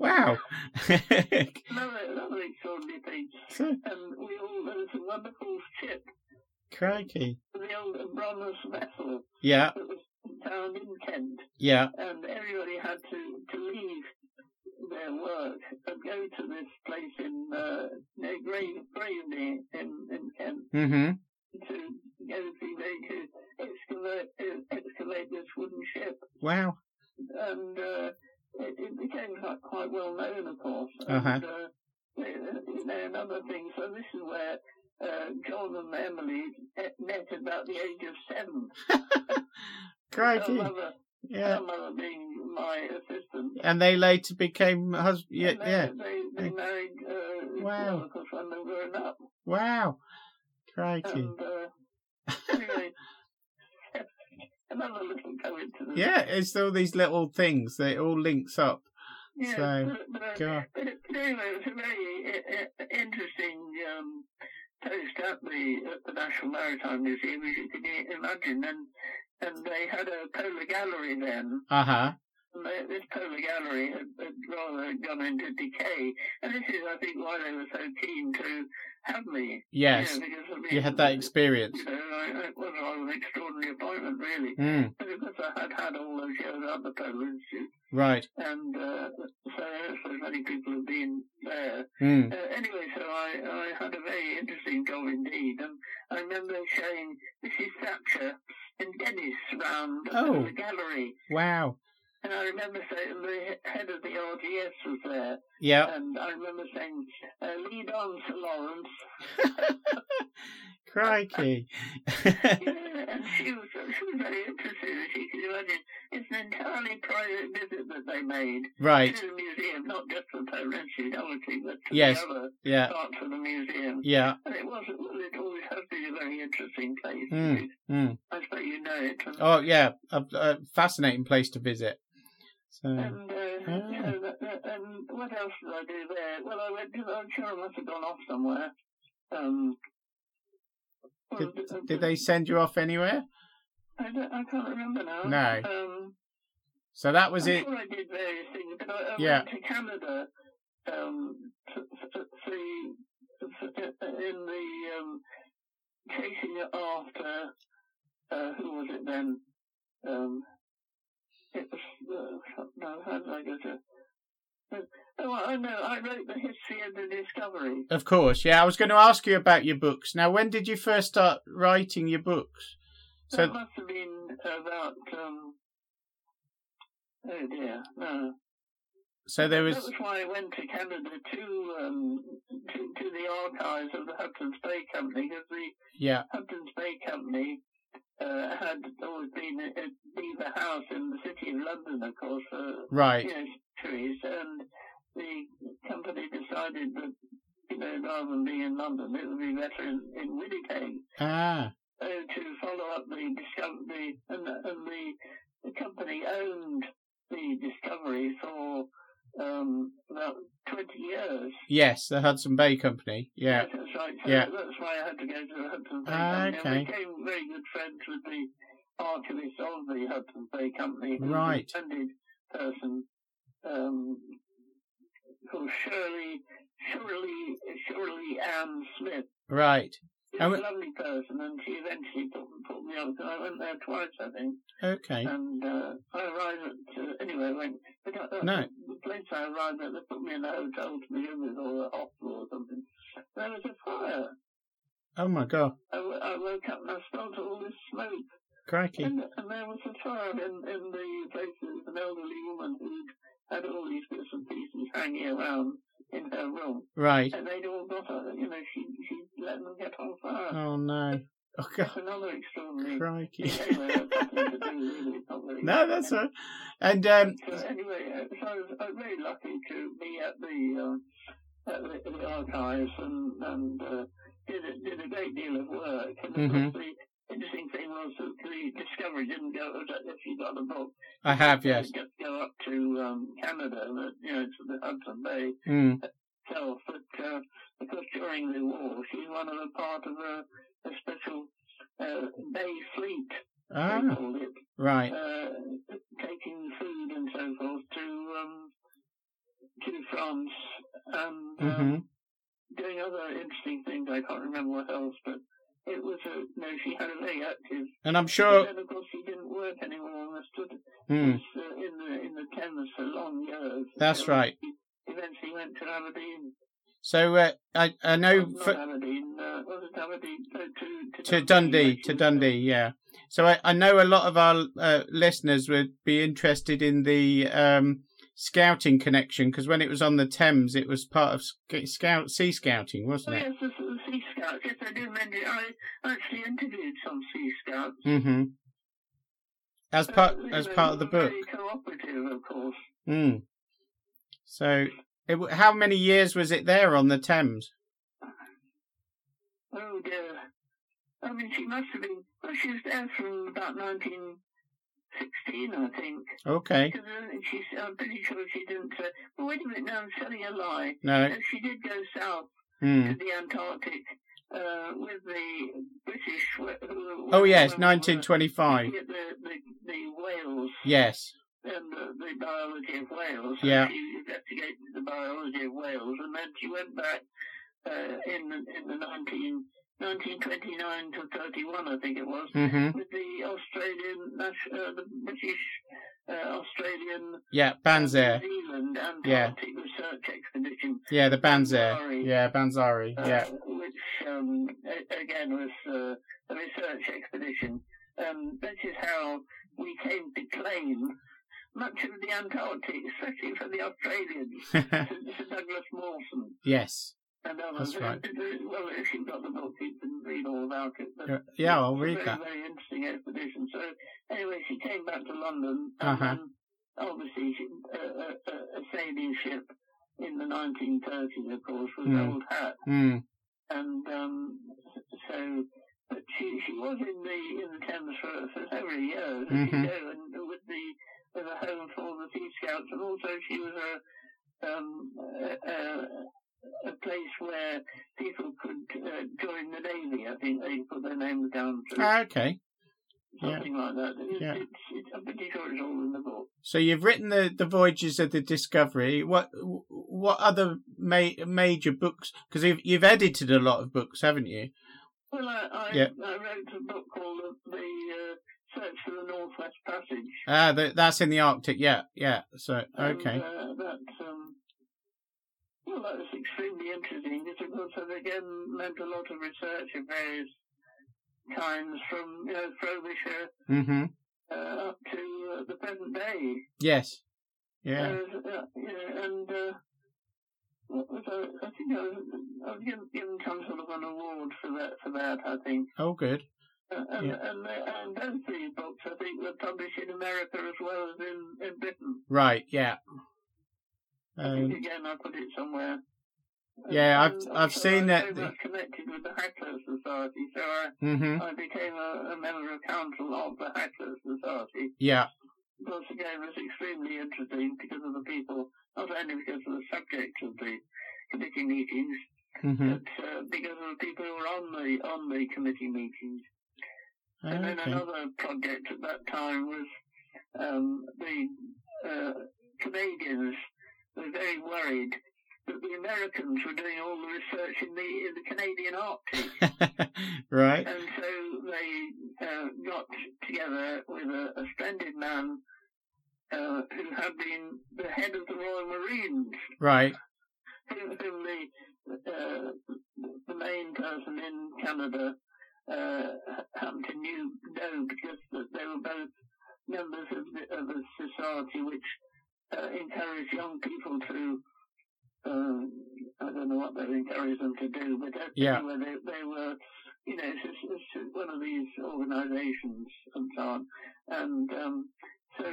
Speaker 1: wow.
Speaker 2: another, another extraordinary thing. And Um, we all, there was a wonderful ship,
Speaker 1: Crikey.
Speaker 2: the old Bronze vessel
Speaker 1: Yeah.
Speaker 2: that was found in Kent.
Speaker 1: Yeah.
Speaker 2: and everybody had to, to leave their work and go to this place in uh, near Grave, Graveney in, in Kent
Speaker 1: Mm
Speaker 2: to go see they could excavate, uh, excavate this wooden ship.
Speaker 1: hmm. Wow.
Speaker 2: And uh, it, it became quite, quite well known, of course.
Speaker 1: Uh-huh.
Speaker 2: And, uh, you know, another thing, so this is where uh, John and Emily met about the age of seven. Her
Speaker 1: Crikey.
Speaker 2: mother,
Speaker 1: Yeah.
Speaker 2: her mother being my assistant.
Speaker 1: And they later became husband. Yeah.
Speaker 2: And they,
Speaker 1: Yeah.
Speaker 2: They, they married. Uh,
Speaker 1: Wow.
Speaker 2: well, Of course, when they were grown up.
Speaker 1: Wow. Crikey.
Speaker 2: And uh, anyway, another little coincidence.
Speaker 1: Yeah. It's all these little things. They all links up.
Speaker 2: Yeah,
Speaker 1: so,
Speaker 2: but, but, uh,
Speaker 1: God.
Speaker 2: but but anyway, it was a very uh, uh, interesting um, post at the, at the National Maritime Museum, as you can i- imagine. And and they had a polar gallery then.
Speaker 1: Uh huh.
Speaker 2: And they, this polar gallery had, had rather gone into decay. And this is, I think, why they were so keen to have me.
Speaker 1: Yes.
Speaker 2: Yeah, because, I mean,
Speaker 1: You had that experience.
Speaker 2: You know, I, uh, it was rather an extraordinary appointment, really.
Speaker 1: Mm.
Speaker 2: But of course, I had had all those years at the Polar Institute,
Speaker 1: Right.
Speaker 2: and uh, so, so many people have been there.
Speaker 1: Mm.
Speaker 2: Uh, anyway, so I, I had a very interesting job indeed, and I remember showing Mrs. Thatcher and Dennis round
Speaker 1: Oh.
Speaker 2: the gallery,
Speaker 1: Wow.
Speaker 2: and I remember saying the head of the RDS was there,
Speaker 1: Yeah.
Speaker 2: and I remember saying, uh, "Lead on, Sir Lawrence."
Speaker 1: Crikey.
Speaker 2: Yeah, and she was, she was very interested, as you can imagine. It's an entirely private visit that they made
Speaker 1: right.
Speaker 2: to the museum, not just the Pomeranian obviously, but to
Speaker 1: Yes.
Speaker 2: the other
Speaker 1: Yeah.
Speaker 2: parts of the museum.
Speaker 1: Yeah.
Speaker 2: And it was, it always has been a very interesting place.
Speaker 1: Mm, mm.
Speaker 2: I suppose you know it. And,
Speaker 1: Oh, yeah. A, a fascinating place to visit. So,
Speaker 2: and, uh,
Speaker 1: Ah.
Speaker 2: so that- that- and what else did I do there? Well, I went to, I'm sure I must have gone off somewhere. Um,
Speaker 1: did,
Speaker 2: well,
Speaker 1: did they send you off anywhere?
Speaker 2: I, don't, I can't remember now.
Speaker 1: No.
Speaker 2: Um,
Speaker 1: So that was
Speaker 2: I'm
Speaker 1: it.
Speaker 2: sure I did various things, but I, I
Speaker 1: Yeah.
Speaker 2: went to uh, Canada um, to, to, to, to- uh, in the um, chasing it after uh, who was it then? Um, it was uh, no, how did I go to? Oh, I know. I wrote the history of the discovery.
Speaker 1: Of course. Yeah. I was going to ask you about your books. Now, when did you first start writing your books?
Speaker 2: that
Speaker 1: So,
Speaker 2: must have been about. Um, oh dear, no.
Speaker 1: so there
Speaker 2: That
Speaker 1: was.
Speaker 2: was why I went to Canada to um, to, to the archives of the Hudson's Bay Company because the
Speaker 1: Yeah.
Speaker 2: Hudson's Bay Company uh, had always been at Beaver House in the city of London, of course, for
Speaker 1: Right.
Speaker 2: you know, centuries. And the company decided that you know rather than being in London, it would be better in, in Winnipeg
Speaker 1: Ah.
Speaker 2: uh, to follow up the discovery, and, and the, the company owned the discovery for um, about 20 years.
Speaker 1: Yes, the Hudson Bay Company. Yeah.
Speaker 2: Yes, That's right. So
Speaker 1: Yeah.
Speaker 2: That's why I had to go to the Hudson Bay
Speaker 1: Ah,
Speaker 2: Company.
Speaker 1: okay.
Speaker 2: And became very good friends with the archivist of the Hudson Bay Company. who's
Speaker 1: Right.
Speaker 2: A splendid person um, called Shirley, Shirley, Shirley Ann Smith.
Speaker 1: Right.
Speaker 2: She's
Speaker 1: Oh,
Speaker 2: a
Speaker 1: it-
Speaker 2: lovely person, and she eventually put, put me up. I went there twice, I think.
Speaker 1: Okay.
Speaker 2: And uh, I arrived at, uh, anyway, I went, but I, I-
Speaker 1: No.
Speaker 2: the place I arrived at, they put me in a hotel to begin with, or a hospital or something. There was a fire.
Speaker 1: Oh my God.
Speaker 2: I, w- I woke up and I smelled all this smoke.
Speaker 1: Crikey.
Speaker 2: And, and there was a fire in, in the place of an elderly woman who'd had all these bits and pieces hanging around in her room.
Speaker 1: Right.
Speaker 2: And they'd all got her, you know, she, she let them get on fire.
Speaker 1: Oh no. Oh
Speaker 2: That's
Speaker 1: God.
Speaker 2: another extraordinary.
Speaker 1: Crikey.
Speaker 2: anyway, that's nothing to do, really. It's not very-
Speaker 1: no, that's all right. And um,
Speaker 2: So anyway, uh, so I was, I was very lucky to be at the uh, at the, the archives and and uh, did a, did a great deal of work. And of
Speaker 1: Mhm.
Speaker 2: course the interesting thing was that the discovery didn't go. I don't know if you got the book.
Speaker 1: I have yes.
Speaker 2: It Just go up to um, Canada, the, you know, to the Hudson Bay
Speaker 1: Mm.
Speaker 2: itself. But uh, of course, during the war, she was one of the part of a, a special uh, Bay Fleet. They
Speaker 1: Ah,
Speaker 2: called it
Speaker 1: right.
Speaker 2: uh, taking food and so forth to um, to France and um,
Speaker 1: hmm
Speaker 2: doing other interesting things. I can't remember what else, but it was a no. She had a very active.
Speaker 1: And I'm sure.
Speaker 2: But then of course she didn't work anymore and I stood
Speaker 1: Mm.
Speaker 2: uh, in the in the Thames for long years.
Speaker 1: That's
Speaker 2: until
Speaker 1: right.
Speaker 2: she Eventually went to Aberdeen.
Speaker 1: So uh, I I know
Speaker 2: not
Speaker 1: for,
Speaker 2: Aberdeen. Uh, was it Aberdeen? No,
Speaker 1: to
Speaker 2: to to
Speaker 1: Dundee,
Speaker 2: actually.
Speaker 1: to Dundee, yeah. So I, I know a lot of our uh, listeners would be interested in the um, scouting connection because when it was on the Thames, it was part of sc- scout sea scouting,
Speaker 2: Oh,
Speaker 1: wasn't it?
Speaker 2: yes, the, the Sea Scouts. Yes, I do remember. I actually interviewed some Sea Scouts.
Speaker 1: Mm-hmm. As part
Speaker 2: Uh,
Speaker 1: as
Speaker 2: they
Speaker 1: part of the
Speaker 2: were
Speaker 1: book.
Speaker 2: Very cooperative, of course.
Speaker 1: Mm. So it, w- how many years was it there on the Thames?
Speaker 2: Oh dear. I mean, she must have been. Well, she was there from about 1916, I think.
Speaker 1: Okay.
Speaker 2: Because she's, I'm pretty sure she didn't. Uh, well, wait a minute. Now I'm telling a lie.
Speaker 1: No.
Speaker 2: Uh, she did go south
Speaker 1: Mm.
Speaker 2: to the Antarctic uh, with the British. uh, wh- who-
Speaker 1: Oh yes,
Speaker 2: who were-
Speaker 1: 1925.
Speaker 2: The, the, the whales
Speaker 1: Yes.
Speaker 2: and the, the biology of whales.
Speaker 1: Yeah.
Speaker 2: She investigated the biology of whales, and then she went back uh, in the, in the 19, 1929 to 31, I think it was,
Speaker 1: Mm-hmm.
Speaker 2: with the Australian, nat- uh, the British, uh, Australian,
Speaker 1: Yeah, Banzer.
Speaker 2: New Zealand Antarctic
Speaker 1: Yeah.
Speaker 2: Research Expedition,
Speaker 1: Yeah, the Banzer.
Speaker 2: Banzari.
Speaker 1: Yeah, Banzari.
Speaker 2: uh,
Speaker 1: Yeah.
Speaker 2: which um, a- again was uh, a research expedition. Um, this is how we came to claim much of the Antarctic, especially for the Australians. Sir Douglas Mawson
Speaker 1: yes.
Speaker 2: and
Speaker 1: That's
Speaker 2: others.
Speaker 1: right.
Speaker 2: Well, if you've got the book, you can read all about it. But
Speaker 1: Yeah, Uh, Yeah, I'll
Speaker 2: it's a
Speaker 1: read
Speaker 2: very,
Speaker 1: that.
Speaker 2: Very interesting expedition. So anyway, she came back to London, and
Speaker 1: Uh-huh.
Speaker 2: then obviously she, uh, uh, uh, a sailing ship in the 1930s, of course, was
Speaker 1: Mm.
Speaker 2: old hat
Speaker 1: Mm.
Speaker 2: and um, so but she she was in the in the Thames for, for several years, as
Speaker 1: Mhm.
Speaker 2: you know, and with the with a home for the Sea Scouts, and also she was a um, a, a, a place where people could uh, join the navy. I think they put their names down to
Speaker 1: Ah, okay. yeah.
Speaker 2: something like that. It,
Speaker 1: Yeah.
Speaker 2: it's, it's, I'm pretty sure it's all in the book.
Speaker 1: So you've written the, the Voyages of the Discovery. What what other ma- major books? Because you've you've edited a lot of books, haven't you?
Speaker 2: Well, I I,
Speaker 1: Yeah.
Speaker 2: I wrote a book called The, the uh, Search for the Northwest Passage.
Speaker 1: Ah, that that's in the Arctic. Yeah, yeah. So
Speaker 2: And,
Speaker 1: okay.
Speaker 2: uh, that, um, well, that was extremely interesting because, of course, that again meant a lot of research of various kinds from, you know, Frobisher
Speaker 1: Mm-hmm.
Speaker 2: uh, up to uh, the present day.
Speaker 1: Yes. Yeah.
Speaker 2: There was, uh, you know, and, uh, what was I, I think I was, I was given, given some sort of an award for that, for that, I think.
Speaker 1: Oh, good.
Speaker 2: Uh, and,
Speaker 1: Yeah.
Speaker 2: and, uh, and both these books, I think, were published in America as well as in, in Britain.
Speaker 1: Right. Yeah.
Speaker 2: I think
Speaker 1: Um,
Speaker 2: again, I put it somewhere.
Speaker 1: yeah, I've-
Speaker 2: And
Speaker 1: I've
Speaker 2: also
Speaker 1: seen
Speaker 2: I'm
Speaker 1: that
Speaker 2: Very
Speaker 1: the-
Speaker 2: much connected with the Hackler Society, so I,
Speaker 1: mm-hmm.
Speaker 2: I became a, a member of council of the Hackler Society,
Speaker 1: Yeah.
Speaker 2: thus again was extremely interesting because of the people, not only because of the subject of the committee meetings,
Speaker 1: hmm
Speaker 2: but uh, because of the people who were on the on the committee meetings. And then
Speaker 1: Okay.
Speaker 2: another project at that time was um, the uh, Canadians were very worried that the Americans were doing all the research in the in the Canadian Arctic,
Speaker 1: right.
Speaker 2: and so they uh, got together with a, a splendid man uh, who had been the head of the Royal Marines,
Speaker 1: Right.
Speaker 2: whom whom the uh, the main person in Canada uh, happened to knew know because that they were both members of, the, of a society which uh, encouraged young people to. Um, I don't know what they encouraged them to do, but uh,
Speaker 1: Yeah.
Speaker 2: anyway, they, they were, you know, it's, just- it's just one of these organisations and so on. And um, so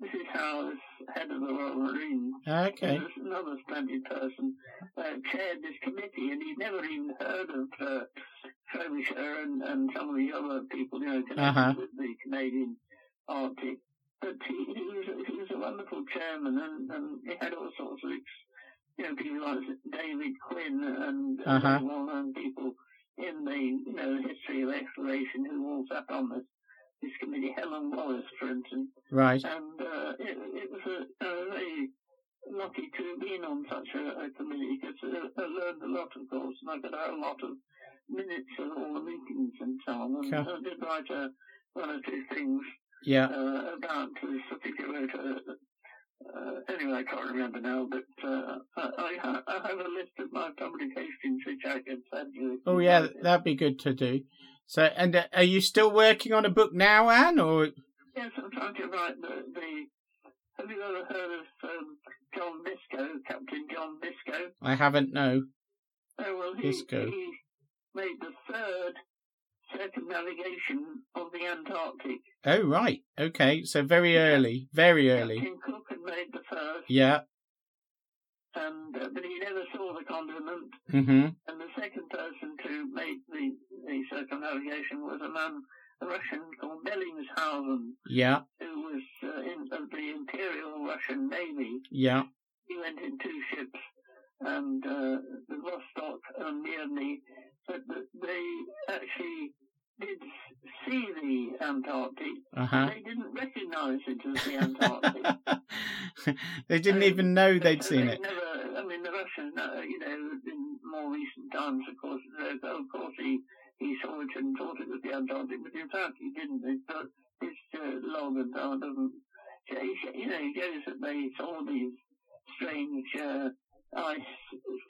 Speaker 2: this is how this head of the Royal Marines
Speaker 1: Okay.
Speaker 2: this another splendid person, uh, chaired this committee, and he'd never even heard of uh, Frobisher and, and some of the other people, you know, connected
Speaker 1: Uh-huh.
Speaker 2: with the Canadian Arctic. But he, he, was, he was a wonderful chairman, and, and he had all sorts of, ex- you know, people like David Quinn and uh,
Speaker 1: Uh-huh.
Speaker 2: well-known people in the, you know, history of exploration who all sat on this, this committee. Helen Wallace, for instance
Speaker 1: Right.
Speaker 2: and uh, it, it was a, a very lucky to have been on such a, a committee because I, I learned a lot, of course, and I got a whole lot of minutes of all the meetings and so on. And
Speaker 1: Sure.
Speaker 2: I did write a, one or two things
Speaker 1: Yeah.
Speaker 2: uh, about this. I think I wrote a, uh, anyway, I can't remember now, but uh, I, I, ha- I have a list of my publications which I can send you.
Speaker 1: Oh yeah, that'd be good to do. So, and uh, are you still working on a book now, Anne? Or
Speaker 2: Yes, I'm trying to write the. the have you ever heard of um, John Biscoe, Captain John Biscoe?
Speaker 1: I haven't. No.
Speaker 2: Oh, well, he,
Speaker 1: Biscoe.
Speaker 2: he made the third circumnavigation of the Antarctic.
Speaker 1: Oh right. Okay. So very early. Very early.
Speaker 2: Captain Cook had made the first,
Speaker 1: Yeah.
Speaker 2: and uh, but he never saw the continent.
Speaker 1: Mm-hmm.
Speaker 2: And the second person to make the, the circumnavigation was a man, a Russian called Bellingshausen,
Speaker 1: Yeah.
Speaker 2: who was uh, in of the Imperial Russian Navy.
Speaker 1: Yeah.
Speaker 2: He went in two ships, and uh, the Vostok and Mirny, but th- they actually did s- see the Antarctic.
Speaker 1: Uh huh.
Speaker 2: They didn't recognise it as the Antarctic.
Speaker 1: they didn't even know they'd
Speaker 2: So
Speaker 1: seen
Speaker 2: they've
Speaker 1: it.
Speaker 2: Never, I mean, the Russians, uh, you know, in more recent times, of course, they- oh, of course he, he saw it and thought it was the Antarctic, but in fact he didn't. It's, uh, it's uh, long and so it doesn't. so he- You know, he goes that they saw these strange uh, ice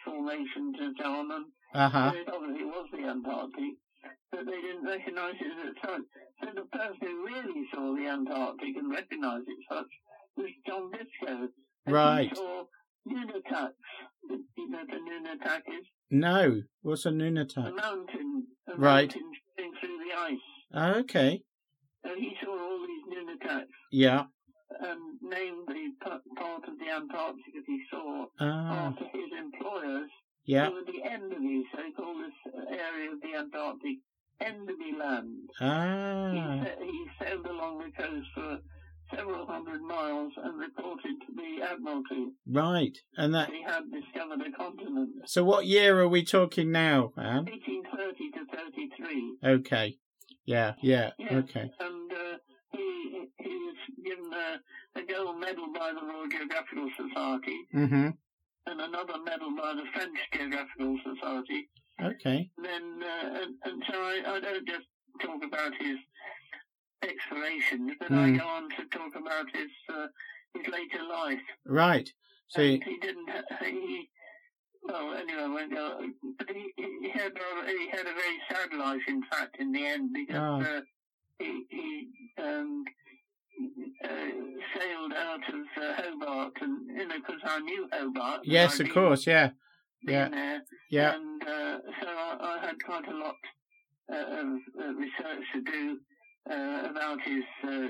Speaker 2: formations and so on, and
Speaker 1: Uh huh.
Speaker 2: it obviously was the Antarctic, but they didn't recognise it as such. So the person who really saw the Antarctic and recognised it as such was John Biscoe. And he
Speaker 1: Right.
Speaker 2: saw Nunataks. You know the Nunatak is?
Speaker 1: No. What's a
Speaker 2: A
Speaker 1: Nunatak?
Speaker 2: mountain. A
Speaker 1: Right.
Speaker 2: mountain going through the ice.
Speaker 1: Oh, okay.
Speaker 2: So he saw all these Nunataks
Speaker 1: Yeah.
Speaker 2: and named the p- part of the Antarctic that he saw
Speaker 1: Ah.
Speaker 2: after his employers
Speaker 1: Yeah.
Speaker 2: who were the Enderby, so he called this area of the Antarctic Enderby Land. He
Speaker 1: Ah.
Speaker 2: sa- He sailed along the coast for several hundred miles and reported to the Admiralty
Speaker 1: Right. And that.
Speaker 2: that he had discovered a continent.
Speaker 1: So, what year are we talking now, Anne?
Speaker 2: 1830 to 33,
Speaker 1: Okay. Yeah. Yeah.
Speaker 2: Yeah.
Speaker 1: Okay.
Speaker 2: and uh, he he was given a, a gold medal by the Royal Geographical Society
Speaker 1: Mm-hmm.
Speaker 2: and another medal by the French Geographical Society.
Speaker 1: Okay.
Speaker 2: Then uh, and, and so I, I don't just talk about his explorations, but I
Speaker 1: Mm.
Speaker 2: go on to talk about his uh, his later life.
Speaker 1: Right. So.
Speaker 2: And he didn't. uh, He well, anyway, I won't go. But he, he had a, he had a very sad life, in fact, in the end, because
Speaker 1: Ah.
Speaker 2: uh, he he um, uh, sailed out of uh, Hobart, and you know, because I knew Hobart. and
Speaker 1: Yes,
Speaker 2: I'd
Speaker 1: of
Speaker 2: been-
Speaker 1: course. Yeah.
Speaker 2: been
Speaker 1: Yeah.
Speaker 2: there,
Speaker 1: Yeah.
Speaker 2: and uh, so I, I had quite a lot uh, of uh, research to do uh, about his uh,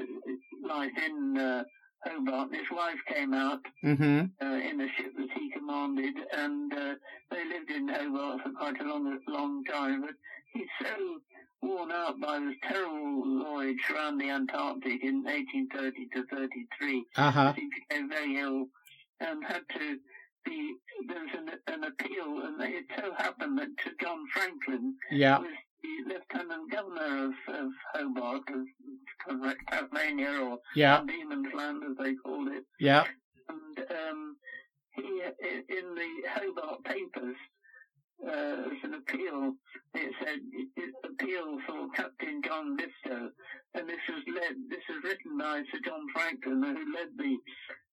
Speaker 2: life in uh, Hobart. His wife came out
Speaker 1: Mm-hmm.
Speaker 2: uh, in the ship that he commanded, and uh, they lived in Hobart for quite a long, long time. But he's so worn out by this terrible Lloyd voyage around the Antarctic in 1830 to 33.
Speaker 1: Uh huh.
Speaker 2: He became very ill and had to be, there was an, an appeal and it so happened that to John Franklin,
Speaker 1: Yeah.
Speaker 2: was the Lieutenant Governor of, of Hobart, of Tasma- Tasmania or
Speaker 1: Yeah.
Speaker 2: Demon's Land as they called it.
Speaker 1: Yeah.
Speaker 2: and um, he, i- in the Hobart papers, uh, as an appeal, it said it- it- appeal for Captain John Bistow, and this was led. This was written by Sir John Franklin, who led the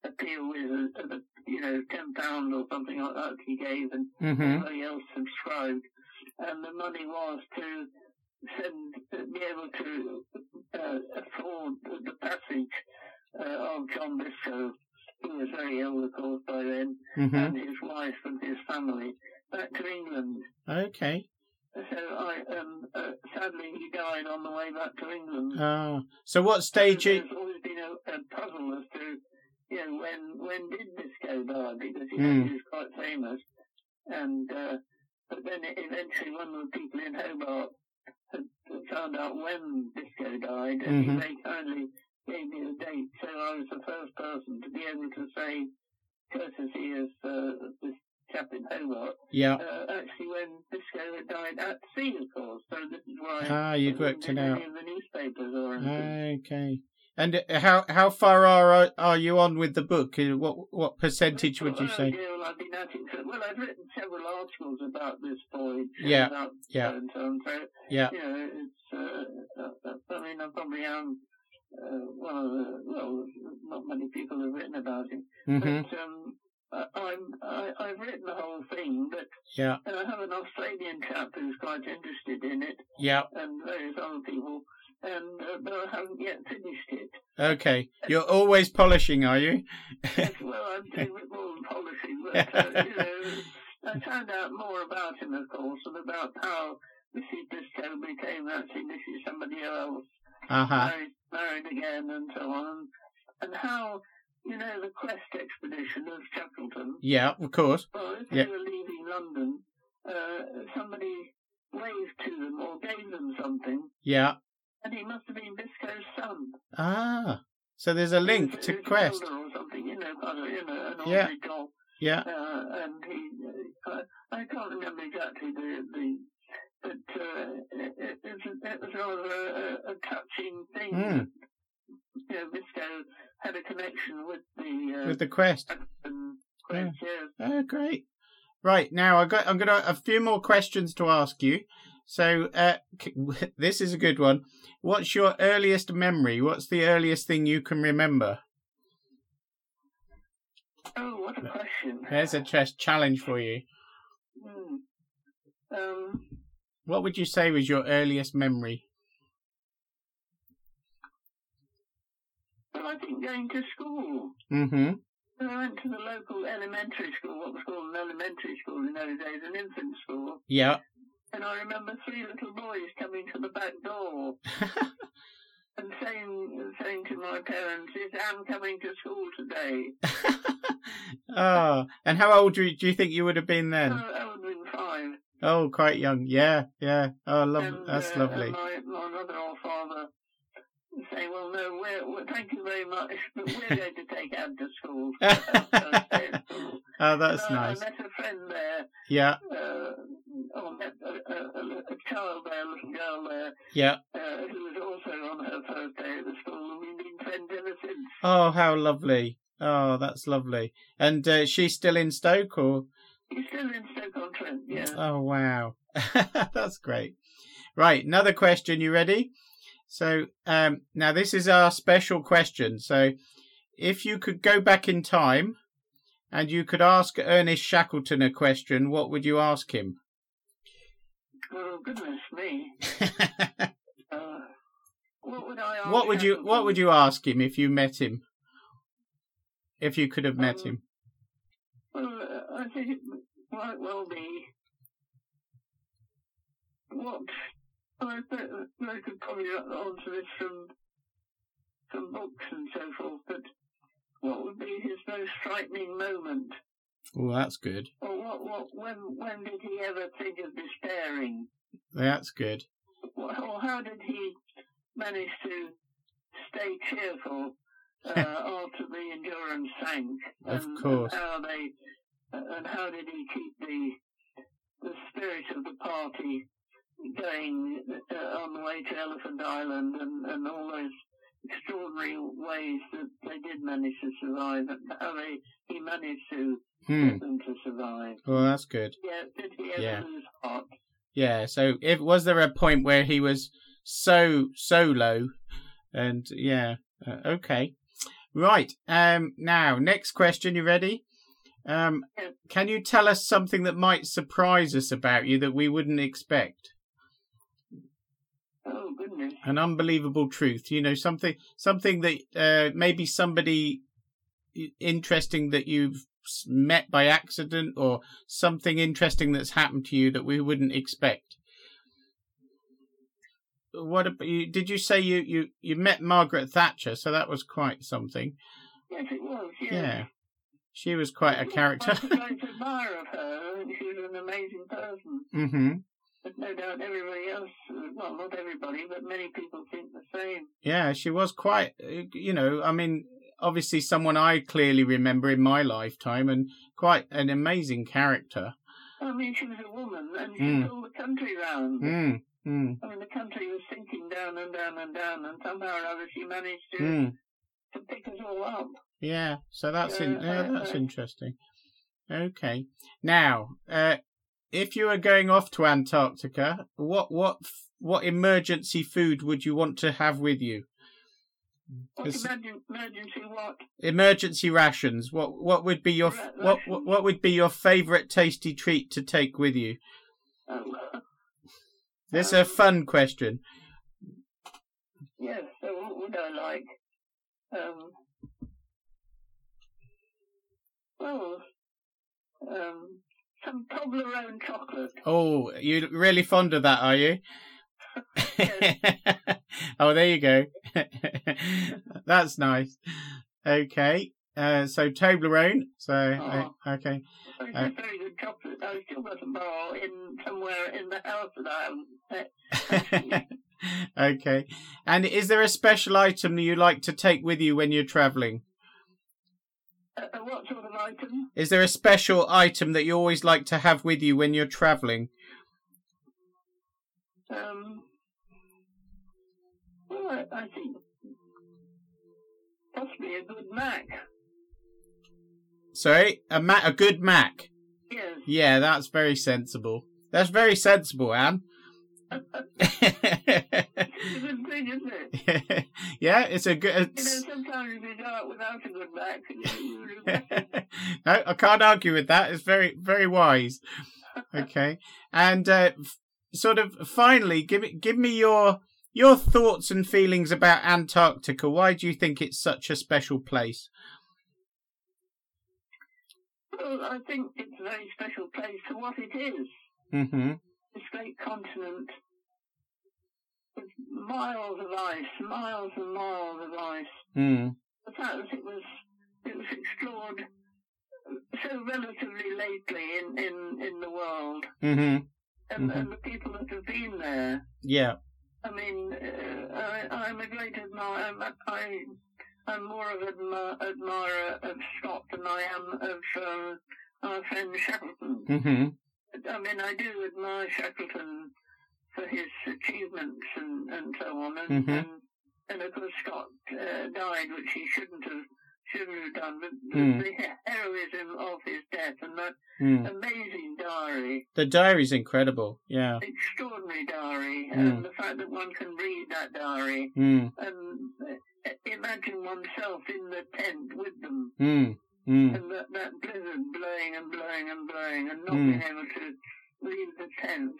Speaker 2: appeal with a, a, you know ten pound or something like that he gave, and
Speaker 1: Mhm.
Speaker 2: everybody else subscribed, and the money was to send, be able to uh, afford the passage uh, of John Biscoe, who was very ill, of course, by then,
Speaker 1: Mhm.
Speaker 2: and his wife and his family back to England.
Speaker 1: Okay.
Speaker 2: So I, um, uh, sadly, he died on the way back to England.
Speaker 1: Oh. So what stage?
Speaker 2: There's
Speaker 1: It,
Speaker 2: always been a, a puzzle as to, you know, when when did Bisco die? Because you
Speaker 1: Hmm.
Speaker 2: know, he was quite famous, and uh, but then it, eventually one of the people in Hobart had found out when Bisco died, and
Speaker 1: Mhm.
Speaker 2: they kindly gave me the date, so I was the first person to be able to say, courtesy of uh, this chap in Hobart,
Speaker 1: yeah.
Speaker 2: uh, actually when Bisco had died at sea, of course. So this is why.
Speaker 1: Ah, you'd
Speaker 2: it
Speaker 1: worked it
Speaker 2: wasn't in
Speaker 1: out. Ah,
Speaker 2: any of the newspapers or anything.
Speaker 1: Okay. And uh, how how far are uh, are you on with the book? Uh, What what percentage would you
Speaker 2: Oh,
Speaker 1: say?
Speaker 2: dear, well, I've been at it for- well, I've written several articles about this voyage. and
Speaker 1: Yeah,
Speaker 2: About
Speaker 1: yeah.
Speaker 2: And so, on. so
Speaker 1: Yeah.
Speaker 2: you know, it's. Uh, uh, uh, I mean, I probably am uh, one of the. Well, not many people have written about it.
Speaker 1: Mhm.
Speaker 2: But um, I, I'm. I, I've written the whole thing, but
Speaker 1: Yeah.
Speaker 2: and I have an Australian chap who's quite interested in it,
Speaker 1: Yeah.
Speaker 2: and various other people. And uh, but I haven't yet finished it.
Speaker 1: Okay. You're always polishing, are you?
Speaker 2: Yes, well, I'm doing with more than policy, but uh, you know, I found out more about him, of course, and about how Mrs. Bristow became actually Mrs. Somebody Else,
Speaker 1: Uh huh.
Speaker 2: married, married again, and so on, and how you know the Quest expedition of Shackleton.
Speaker 1: Yeah. Of course.
Speaker 2: Well, if
Speaker 1: Yeah.
Speaker 2: they were leaving London, uh, somebody waved to them or gave them something,
Speaker 1: Yeah.
Speaker 2: and he must have been Biscoe's son.
Speaker 1: Ah. So there's a link
Speaker 2: He
Speaker 1: to
Speaker 2: was a
Speaker 1: Quest.
Speaker 2: builder or something, you know, kind of, you know, an
Speaker 1: Yeah.
Speaker 2: ordinary job.
Speaker 1: Yeah.
Speaker 2: uh, and he, uh, I can't remember exactly the, the but uh, it, it, was- it was rather a, a touching thing.
Speaker 1: Mm.
Speaker 2: You know, Bisco had a connection with the uh,
Speaker 1: With the Quest.
Speaker 2: um, Queen's Year.
Speaker 1: Oh, great. Right now, I got. I'm gonna a few more questions to ask you. So uh, c- this is a good one. What's your earliest memory? What's the earliest thing you can remember?
Speaker 2: Oh, what a question!
Speaker 1: There's a chess challenge for you.
Speaker 2: Hmm. Um,
Speaker 1: What would you say was your earliest memory?
Speaker 2: well, I think going to school.
Speaker 1: Mm-hmm.
Speaker 2: I went to the local elementary school, what was called an elementary school in those days, an infant school.
Speaker 1: Yeah.
Speaker 2: And I remember three little boys coming to the back door and saying saying to my parents, "Is Anne coming to school today?"
Speaker 1: oh, and how old do you, do you think you would have been
Speaker 2: I,
Speaker 1: then?
Speaker 2: I would have been five.
Speaker 1: Oh, quite young. Yeah, yeah. Oh, love.
Speaker 2: and,
Speaker 1: That's
Speaker 2: uh, And
Speaker 1: lovely.
Speaker 2: my, my mother or father say, "Well, no, we're, well, thank you very much, but we're going to take Anne to school." That's
Speaker 1: Oh, that's nice.
Speaker 2: I met a friend there,
Speaker 1: Yeah,
Speaker 2: uh, or met a, a, a, a child there, a little girl there,
Speaker 1: yeah.
Speaker 2: uh, who was also on her first day at the school, and we've been friends ever since.
Speaker 1: Oh, how lovely. Oh, that's lovely. And uh, she's still in Stoke, or?
Speaker 2: He's still in Stoke-on-Trent, yeah.
Speaker 1: Oh, wow. That's great. Right, another question. You ready? So, um, now this is our special question. So, if you could go back in time and you could ask Ernest Shackleton a question, what would you ask him?
Speaker 2: Oh, goodness me. Uh, what would I ask
Speaker 1: what would you
Speaker 2: Shackleton?
Speaker 1: What would you ask him if you met him? If you could have met
Speaker 2: Um,
Speaker 1: him?
Speaker 2: Well, uh, I think it might well be... What... I, bet that I could probably answer this from, from books and so forth, but what would be his most frightening moment?
Speaker 1: Oh, that's good.
Speaker 2: Or what, what, when, when did he ever think of despairing?
Speaker 1: That's good.
Speaker 2: Or how did he managed to stay cheerful uh, after the endurance sank.
Speaker 1: Of
Speaker 2: and
Speaker 1: course.
Speaker 2: How they and how did he keep the the spirit of the party going uh, on the way to Elephant Island and, and all those extraordinary ways that they did manage to survive and how they he managed to
Speaker 1: Hmm.
Speaker 2: get them to survive.
Speaker 1: Well, that's good.
Speaker 2: Yeah, did he ever
Speaker 1: Yeah.
Speaker 2: lose heart?
Speaker 1: Yeah. So, if was there a point where he was so so low, and yeah, uh, okay, right. Um, now next question. You ready? Um,
Speaker 2: Yes.
Speaker 1: can you tell us something that might surprise us about you that we wouldn't expect?
Speaker 2: Oh goodness.
Speaker 1: An unbelievable truth. You know, something something that uh, maybe somebody interesting that you've s- met by accident, or something interesting that's happened to you that we wouldn't expect. What about you? Did you say you, you, you met Margaret Thatcher? So that was quite something.
Speaker 2: Yes it was, yes.
Speaker 1: Yeah, she was quite a character.
Speaker 2: I was a great admirer of her. She was an amazing person.
Speaker 1: mm-hmm.
Speaker 2: But no doubt everybody else, well, not everybody, but many people think the same.
Speaker 1: Yeah, she was quite, uh, you know, I mean, obviously someone I clearly remember in my lifetime and quite an amazing character.
Speaker 2: I mean, she was a woman and she
Speaker 1: Mm.
Speaker 2: pulled the country round.
Speaker 1: Mm, mm,
Speaker 2: I mean, the country was sinking down and down and down, and somehow or other she managed to,
Speaker 1: mm.
Speaker 2: to pick us all up.
Speaker 1: Yeah, so that's in,
Speaker 2: Yeah,
Speaker 1: yeah, that's
Speaker 2: uh,
Speaker 1: interesting. Okay. Now, uh, if you were going off to Antarctica, what what f- what emergency food would you want to have with you?
Speaker 2: What
Speaker 1: Yes.
Speaker 2: emergen- emergency what?
Speaker 1: Emergency rations. What what would be your f-
Speaker 2: Ra-
Speaker 1: what what, what would be your favorite tasty treat to take with you?
Speaker 2: Oh,
Speaker 1: This is a
Speaker 2: Um,
Speaker 1: fun question.
Speaker 2: yes, so what would I like? Um, well, um, some Toblerone chocolate.
Speaker 1: Oh, you're really fond of that, are you?
Speaker 2: Yes.
Speaker 1: oh, there you go. That's nice. Okay. Uh, so Toblerone. So I- okay.
Speaker 2: It's
Speaker 1: Uh,
Speaker 2: a very good chocolate. I've still got a bowl in somewhere in the house that I haven't met.
Speaker 1: okay. And is there a special item that you like to take with you when you're traveling?
Speaker 2: Uh, uh, what sort of item?
Speaker 1: Is there a special item that you always like to have with you when you're traveling?
Speaker 2: Um, well, I, I think possibly a good Mac.
Speaker 1: Sorry, a ma- a good Mac.
Speaker 2: Yes.
Speaker 1: Yeah, that's very sensible. That's very sensible, Anne.
Speaker 2: It's a good thing, isn't it?
Speaker 1: yeah, it's a good.
Speaker 2: You know,
Speaker 1: It's,
Speaker 2: sometimes if you go out without a good Mac, you
Speaker 1: no,
Speaker 2: regret it.
Speaker 1: I can't argue with that. It's very, very wise. Okay, and uh, f- sort of finally, give me, give me your your thoughts and feelings about Antarctica. Why do you think it's such a special place?
Speaker 2: Well, I think it's a very special place for what it is.
Speaker 1: Mm-hmm.
Speaker 2: This great continent with miles of ice, miles and miles of ice.
Speaker 1: Mm.
Speaker 2: the fact that it was it was explored so relatively lately in, in, in the world,
Speaker 1: hmm
Speaker 2: and,
Speaker 1: Mhm.
Speaker 2: and the people that have been there.
Speaker 1: Yeah.
Speaker 2: I mean, uh, I, I'm a great admirer. I'm, I, I'm more of an admi- admirer of Scott than I am of um, our friend Shackleton.
Speaker 1: hmm
Speaker 2: I mean, I do admire Shackleton for his achievements and, and so on. And,
Speaker 1: Mhm.
Speaker 2: and, and of course, Scott uh, died, which he shouldn't have shouldn't have done. But the,
Speaker 1: Mm.
Speaker 2: the heroism of his death and that
Speaker 1: Mm.
Speaker 2: amazing diary,
Speaker 1: The diary's incredible. Yeah.
Speaker 2: extraordinary diary,
Speaker 1: Mm.
Speaker 2: and the fact that one can read that diary
Speaker 1: Mm.
Speaker 2: and uh, imagine oneself in the tent with them.
Speaker 1: Mm. Mm.
Speaker 2: And that, that blizzard blowing and blowing and blowing and not
Speaker 1: Mm.
Speaker 2: being able to leave the tent.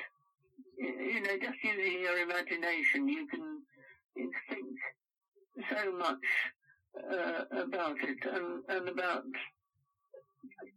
Speaker 2: Y- You know, just using your imagination, you can you can think so much uh, about it and, and about,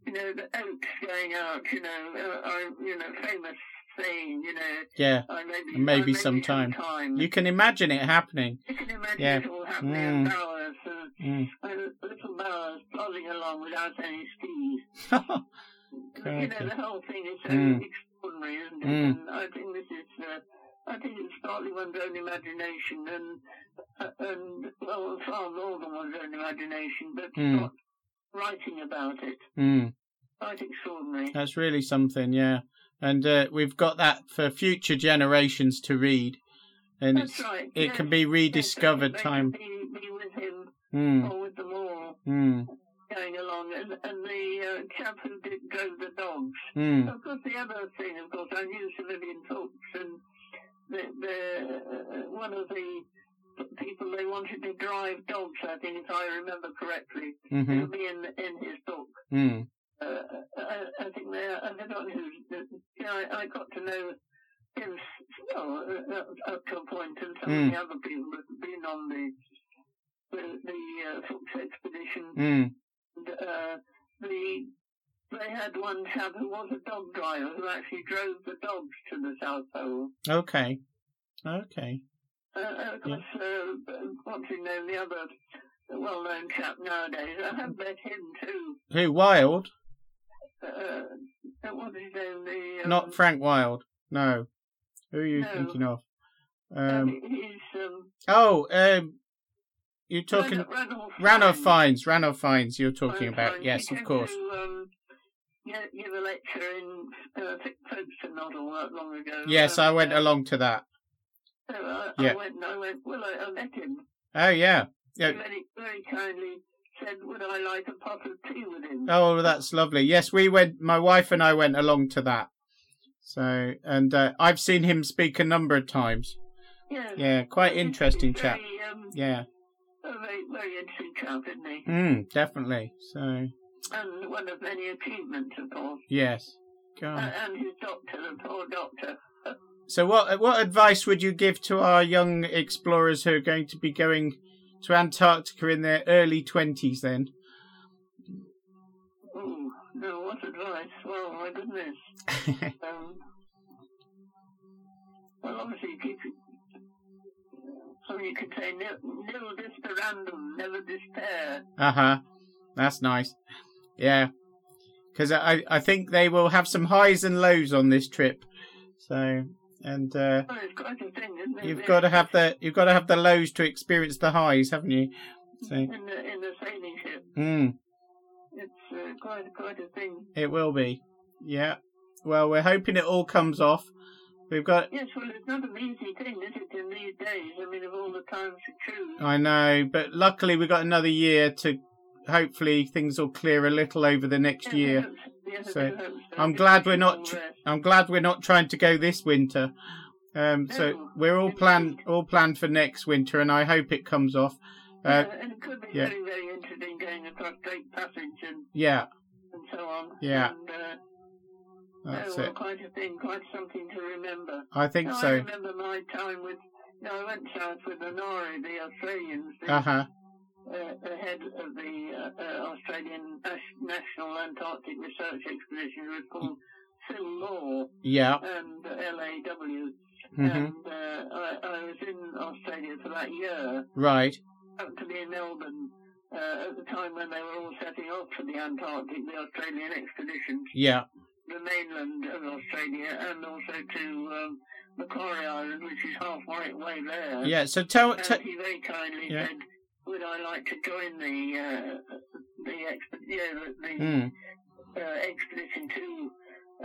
Speaker 2: you know, the oats going out, you know, uh, I, you know, famous saying, you know,
Speaker 1: Yeah.
Speaker 2: I maybe,
Speaker 1: Maybe
Speaker 2: I maybe
Speaker 1: sometime.
Speaker 2: sometime.
Speaker 1: You can imagine it happening.
Speaker 2: You can imagine
Speaker 1: Yeah.
Speaker 2: it all happening in
Speaker 1: Mm.
Speaker 2: Bowers, uh,
Speaker 1: Mm.
Speaker 2: with little Bowers plodding along without any skis. You know,
Speaker 1: Crikey.
Speaker 2: the whole thing is so
Speaker 1: Mm.
Speaker 2: extraordinary, isn't it?
Speaker 1: Mm.
Speaker 2: And I think this is uh, I think it's partly one's own imagination and, uh, and well, far more than one's own imagination, but
Speaker 1: Hmm.
Speaker 2: not writing about it.
Speaker 1: Mm.
Speaker 2: Quite extraordinary.
Speaker 1: That's really something, yeah. And uh, we've got that for future generations to read, and
Speaker 2: That's
Speaker 1: it's
Speaker 2: right.
Speaker 1: it
Speaker 2: yes,
Speaker 1: can be
Speaker 2: yes,
Speaker 1: rediscovered
Speaker 2: they can
Speaker 1: time.
Speaker 2: Be, be with him
Speaker 1: Mm,
Speaker 2: or with them all
Speaker 1: mm,
Speaker 2: going along. And, and the uh, chap who did drove the dogs.
Speaker 1: mm,
Speaker 2: Of course, the other thing, of course, I knew civilian folks, and the, the, uh, one of the people they wanted to drive dogs, I think, if I remember correctly,
Speaker 1: mm-hmm,
Speaker 2: it'll be in, in his book.
Speaker 1: mm,
Speaker 2: Uh, I, I think they, I've forgotten who, you know, I, I got to know him, s- well, uh, up to a point, and some
Speaker 1: Mm.
Speaker 2: of the other people that had been on the, the, the uh, Fuchs expedition
Speaker 1: mm,
Speaker 2: and uh, the they had one chap who was a dog driver who actually drove the dogs to the South Pole.
Speaker 1: Okay, okay.
Speaker 2: Uh, and of course, uh, what's his name, the other well-known chap nowadays. I have met him too.
Speaker 1: Who Wild?
Speaker 2: Uh, what's his name? The um,
Speaker 1: Not Frank Wild. No. Who are you
Speaker 2: No.
Speaker 1: thinking of?
Speaker 2: um,
Speaker 1: Um,
Speaker 2: he's um,
Speaker 1: oh, um, you're talking
Speaker 2: Ranulph
Speaker 1: Ranulph
Speaker 2: Fiennes.
Speaker 1: Fines. Ranulph Fines. You're talking
Speaker 2: Ranulph
Speaker 1: about
Speaker 2: Fiennes.
Speaker 1: yes,
Speaker 2: He
Speaker 1: of
Speaker 2: came
Speaker 1: course.
Speaker 2: To, um, yeah, give a lecture in uh, Folkestone not all that long ago.
Speaker 1: Yes, I went
Speaker 2: along.
Speaker 1: along to that.
Speaker 2: So I,
Speaker 1: Yeah.
Speaker 2: I went and I went, well, I, I met him.
Speaker 1: Oh yeah. Yeah.
Speaker 2: He very, very kindly said, would I like a pot of tea with him?
Speaker 1: Oh, that's lovely. Yes, we went. My wife and I went along to that. So, and uh, I've seen him speak a number of times.
Speaker 2: yeah.
Speaker 1: Yeah, quite interesting
Speaker 2: He's
Speaker 1: chap.
Speaker 2: Very, um,
Speaker 1: Yeah,
Speaker 2: a very, very interesting chap, isn't he?
Speaker 1: mm, definitely. So,
Speaker 2: And one of many achievements, of course.
Speaker 1: yes.
Speaker 2: Uh,
Speaker 1: God.
Speaker 2: and his doctor, the poor doctor.
Speaker 1: So, what uh, what advice would you give to our young explorers who are going to be going to Antarctica in their early twenties? Then,
Speaker 2: Oh, no, what advice? Well, my goodness. Um, well, obviously, keep So you could say, nil, nil disperandum, never despair.
Speaker 1: uh huh. That's nice. Yeah, because I I think they will have some highs and lows on this trip. So, and. uh
Speaker 2: Well, it's quite a thing, isn't it?
Speaker 1: You've
Speaker 2: really?
Speaker 1: got to have the you've got to have the lows to experience the highs, haven't you? So,
Speaker 2: In the, in the sailing ship.
Speaker 1: mm,
Speaker 2: It's uh, quite quite a thing.
Speaker 1: it will be. Yeah. Well, we're hoping it all comes off. We've got.
Speaker 2: Yes, well, it's not an easy thing, is it, in these days? I mean, of all the times to choose.
Speaker 1: I know, but luckily we got another year to. Hopefully things will clear a little over the next
Speaker 2: Yes, I
Speaker 1: year.
Speaker 2: hope so. Yes, I
Speaker 1: So,
Speaker 2: do hope so.
Speaker 1: I'm
Speaker 2: Just
Speaker 1: glad we're
Speaker 2: give
Speaker 1: not
Speaker 2: it
Speaker 1: tr-
Speaker 2: all rest.
Speaker 1: I'm glad we're not trying to go this winter. Um, so
Speaker 2: No,
Speaker 1: we're all planned all planned for next winter, and I hope it comes off. Uh,
Speaker 2: Yeah, and it could be
Speaker 1: yeah.
Speaker 2: very, very interesting going across Drake Passage and,
Speaker 1: yeah,
Speaker 2: and so on.
Speaker 1: Yeah.
Speaker 2: And, uh,
Speaker 1: that's
Speaker 2: oh, well,
Speaker 1: it.
Speaker 2: quite a thing, quite something to remember.
Speaker 1: I think
Speaker 2: No, I
Speaker 1: so.
Speaker 2: remember my time with, no, I went south with the Nari, the Australians, the,
Speaker 1: Uh huh.
Speaker 2: uh, the head of the uh, uh, Australian Nas- National Antarctic Research Expedition, who was called Phil Law
Speaker 1: Yeah.
Speaker 2: and LAW.
Speaker 1: hmm
Speaker 2: And uh, I, I was in Australia for that year,
Speaker 1: Right.
Speaker 2: up to be in Melbourne uh, at the time when they were all setting off for the Antarctic, the Australian expedition,
Speaker 1: Yeah.
Speaker 2: to the mainland of Australia, and also to um, Macquarie Island, which is halfway way there.
Speaker 1: Yeah. So tell,
Speaker 2: And
Speaker 1: tell
Speaker 2: he very kindly
Speaker 1: Yeah.
Speaker 2: said, "Would I like to join the uh, the, exp- yeah, the,
Speaker 1: mm,
Speaker 2: the uh, expedition to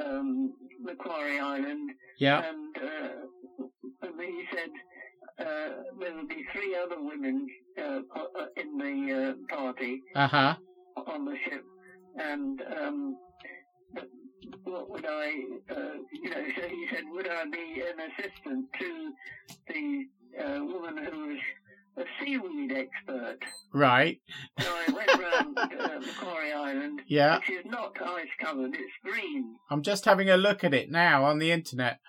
Speaker 2: um, Macquarie Island?"
Speaker 1: yeah.
Speaker 2: And, uh, and he said uh, there would be three other women uh, o- o- in the uh, party
Speaker 1: Uh huh.
Speaker 2: on the ship, and. Um, but what would I, uh, you know, so he said, would I be an assistant to the uh, woman who was a seaweed expert?
Speaker 1: Right.
Speaker 2: So I went round uh, Macquarie Island,
Speaker 1: Yeah.
Speaker 2: which is not ice covered, it's green.
Speaker 1: I'm just having a look at it now on the internet.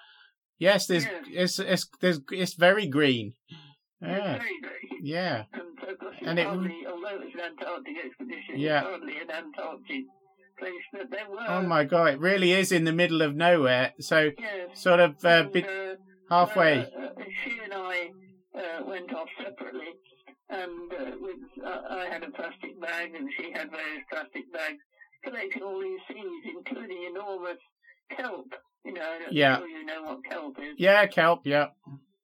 Speaker 1: Yes, there's
Speaker 2: Yeah.
Speaker 1: it's it's there's it's very green.
Speaker 2: It's
Speaker 1: Yeah.
Speaker 2: very green.
Speaker 1: Yeah.
Speaker 2: And, of course, it's
Speaker 1: And it-
Speaker 2: hardly, although it's an Antarctic expedition,
Speaker 1: Yeah.
Speaker 2: it's hardly an Antarctic place, but there were.
Speaker 1: Oh my god, it really is in the middle of nowhere. So
Speaker 2: Yes.
Speaker 1: sort of uh,
Speaker 2: And,
Speaker 1: bit
Speaker 2: uh,
Speaker 1: halfway.
Speaker 2: Uh, uh, she and I uh, went off separately, and uh, with, uh, I had a plastic bag, and she had various plastic bags, collecting all these seeds, including enormous kelp. You know, I'm
Speaker 1: Yeah.
Speaker 2: sure you know what kelp is.
Speaker 1: Yeah, kelp. Yeah.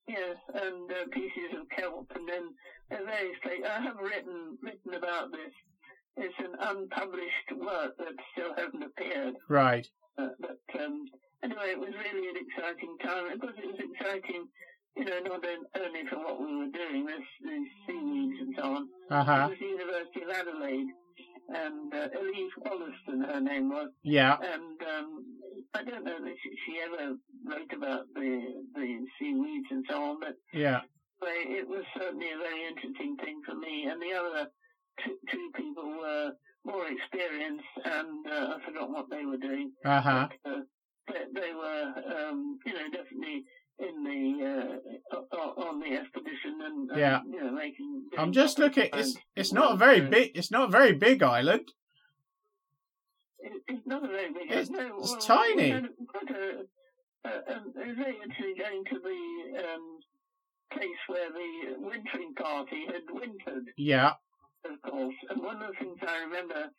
Speaker 2: Yes, and uh, pieces of kelp, and then they're very straight. I have written written about this. It's an unpublished work that still hasn't appeared.
Speaker 1: Right.
Speaker 2: Uh, but um, anyway, it was really an exciting time. Of course, it was exciting, you know, not on- only for what we were doing, this, these seaweeds and so on.
Speaker 1: Uh huh.
Speaker 2: It was the University of Adelaide, and uh, Elise Wollaston, her name was
Speaker 1: Yeah.
Speaker 2: and um, I don't know that she, she ever wrote about the the seaweeds and so on, but
Speaker 1: Yeah.
Speaker 2: they, it was certainly a very interesting thing for me. And the other two, two people were more experienced, and uh, I forgot what they were doing.
Speaker 1: Uh huh.
Speaker 2: But, uh, they, they were, um, you know, definitely in the uh, o- o- on the expedition and, and
Speaker 1: Yeah.
Speaker 2: you know making.
Speaker 1: I'm just looking. It's it's not a very big. It's not a very big island.
Speaker 2: It- It's not a very big.
Speaker 1: It's-
Speaker 2: no,
Speaker 1: it's
Speaker 2: well,
Speaker 1: tiny.
Speaker 2: we had Quite a, a, a, a very interesting going to the um, place where the wintering party had wintered,
Speaker 1: Yeah.
Speaker 2: of course. And one of the things I remember,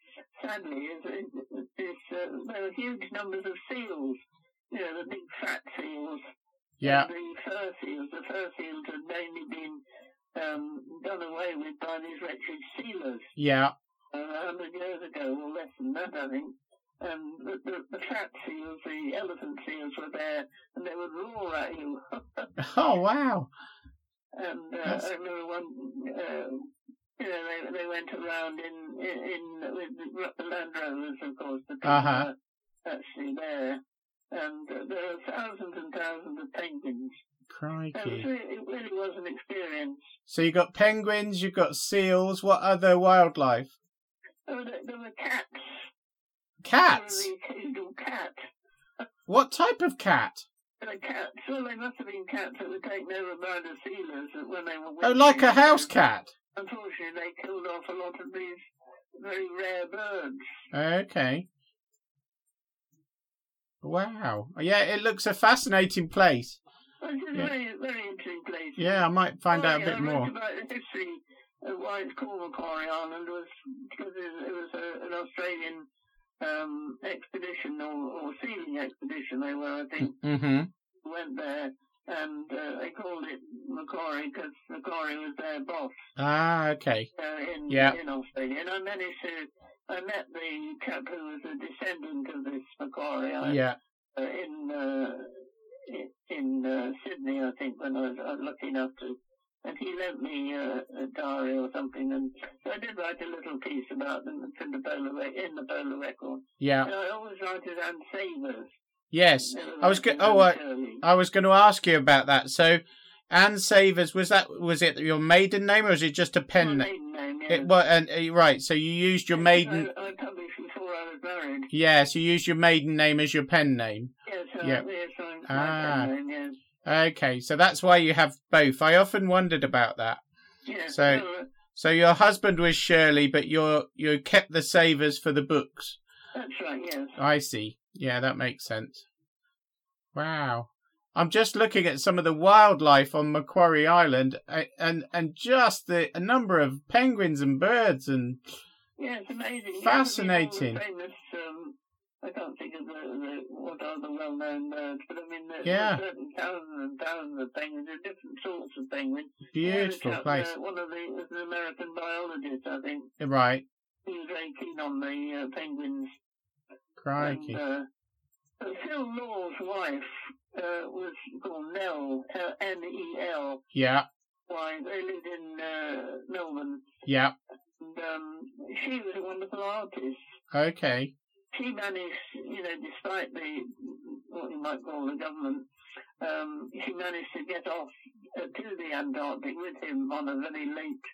Speaker 2: sadly, is, is, is uh, there were huge numbers of seals. You know, the big fat seals.
Speaker 1: Yeah.
Speaker 2: And the fur seals. The fur seals had mainly been um, done away with by these wretched sealers uh,
Speaker 1: Yeah.
Speaker 2: a hundred years ago, or less than that, I think. Um, the, the, the fat seals, the elephant seals were there, and they would roar at you.
Speaker 1: Oh wow.
Speaker 2: and uh,
Speaker 1: That's-
Speaker 2: I remember one, uh, you know, they, they went around in, in, in with the Land Rovers, of course, the people
Speaker 1: Uh-huh.
Speaker 2: were actually there. And uh, there are thousands and thousands of penguins. It, was
Speaker 1: Crikey.
Speaker 2: really, it really was an experience.
Speaker 1: So you got penguins. You've got seals. What other wildlife?
Speaker 2: Oh, there, there were cats.
Speaker 1: Cats.
Speaker 2: There were the occasional cat.
Speaker 1: What type of cat?
Speaker 2: The cats, well, they must have been cats that were taken over by the sealers that when they were.
Speaker 1: Oh, like a
Speaker 2: wintering.
Speaker 1: house cat.
Speaker 2: Unfortunately, they killed off a lot of these very rare birds.
Speaker 1: Okay. Wow. Yeah, it looks a fascinating place.
Speaker 2: But It's a
Speaker 1: Yeah.
Speaker 2: very, very interesting place.
Speaker 1: Yeah, I might find
Speaker 2: Oh,
Speaker 1: out a
Speaker 2: yeah,
Speaker 1: bit
Speaker 2: I wrote
Speaker 1: more.
Speaker 2: about the history of why it's called Macquarie Island was because it it was a, an Australian um, expedition or, or sealing expedition. They were, I think,
Speaker 1: Mm-hmm.
Speaker 2: went there and uh, they called it Macquarie because Macquarie was their boss.
Speaker 1: Ah, okay.
Speaker 2: uh, in
Speaker 1: Yeah.
Speaker 2: in Australia, and I managed to I met the chap who was a descendant of this Macquarie I,
Speaker 1: Yeah.
Speaker 2: uh, in uh, in- in uh, Sydney, I think, when I was, I was lucky enough to. And he lent me uh, a diary or something, and so I did write a little piece about them in the Bowler Re- in the Bowler record.
Speaker 1: Yeah.
Speaker 2: And I always write it on Savers.
Speaker 1: Yes. I was go- oh, I- I was going to ask you about that. So, Anne Savers was that was it your maiden name or was it just a pen? name?
Speaker 2: maiden name. Yeah.
Speaker 1: It was and uh, right. So you used your maiden.
Speaker 2: I, I uh, published before I was married.
Speaker 1: Yes, you used your maiden name as your pen name.
Speaker 2: Yes, uh,
Speaker 1: Yeah.
Speaker 2: yes, I, my
Speaker 1: Ah.
Speaker 2: pen name, yes.
Speaker 1: Okay, so that's why you have both. I often wondered about that.
Speaker 2: Yeah,
Speaker 1: So-
Speaker 2: well,
Speaker 1: So your husband was Shirley, but you're you kept the savers for the books.
Speaker 2: that's right. Yes.
Speaker 1: I see. Yeah, that makes sense. Wow. I'm just looking at some of the wildlife on Macquarie Island, a- and and just the a number of penguins and birds and
Speaker 2: Yeah, it's amazing. Yeah,
Speaker 1: Fascinating.
Speaker 2: I mean, all the famous. Um, I can't think of the, the what are the well-known birds, but I mean, there,
Speaker 1: Yeah.
Speaker 2: there's certain thousands and thousands of penguins. There are different sorts of penguins.
Speaker 1: beautiful
Speaker 2: One of the-
Speaker 1: place.
Speaker 2: uh, one of the it was an American biologist, I think,
Speaker 1: Right,
Speaker 2: he was very keen on the uh, penguins.
Speaker 1: crikey.
Speaker 2: And, uh, but Phil Law's wife uh, was called Nell, uh, N-E-L.
Speaker 1: Yeah,
Speaker 2: Why they lived in uh, Melbourne,
Speaker 1: yeah.
Speaker 2: and um, she was a wonderful artist.
Speaker 1: Okay.
Speaker 2: she managed, you know, despite the what you might call the government, um, she managed to get off uh, to the Antarctic with him on a very late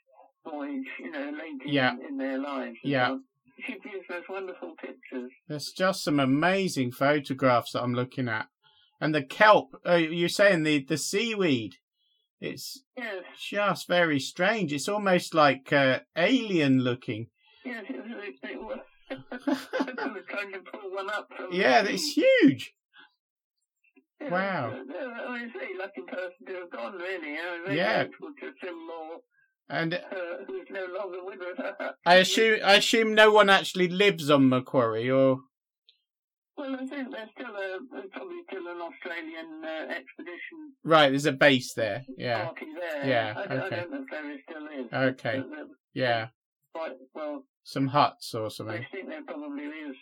Speaker 2: voyage, you know, late in,
Speaker 1: Yeah.
Speaker 2: in their lives. and
Speaker 1: Yeah.
Speaker 2: so on. She produced most wonderful pictures.
Speaker 1: There's just some amazing photographs that I'm looking at, and the kelp. Uh, you're saying the the seaweed. It's
Speaker 2: Yes,
Speaker 1: just very strange. It's almost like uh, alien looking.
Speaker 2: yes, it was. It, it was. I was trying to pull one up from.
Speaker 1: yeah, it's huge.
Speaker 2: Yeah,
Speaker 1: wow.
Speaker 2: it's, uh, I was a very lucky person to have gone, really. I was very
Speaker 1: Yeah.
Speaker 2: grateful to Phil Law,
Speaker 1: And
Speaker 2: uh, who's no longer with us.
Speaker 1: I assume I assume no one actually lives on Macquarie, or
Speaker 2: Well, I think there's still a there's probably still an Australian uh, expedition
Speaker 1: Right, there's a base there. Yeah.
Speaker 2: party there.
Speaker 1: Yeah,
Speaker 2: I, don't- I
Speaker 1: okay.
Speaker 2: don't know if there is still is.
Speaker 1: Okay.
Speaker 2: But, uh,
Speaker 1: Yeah.
Speaker 2: quite, well,
Speaker 1: Some huts or
Speaker 2: I
Speaker 1: something.
Speaker 2: think there probably is.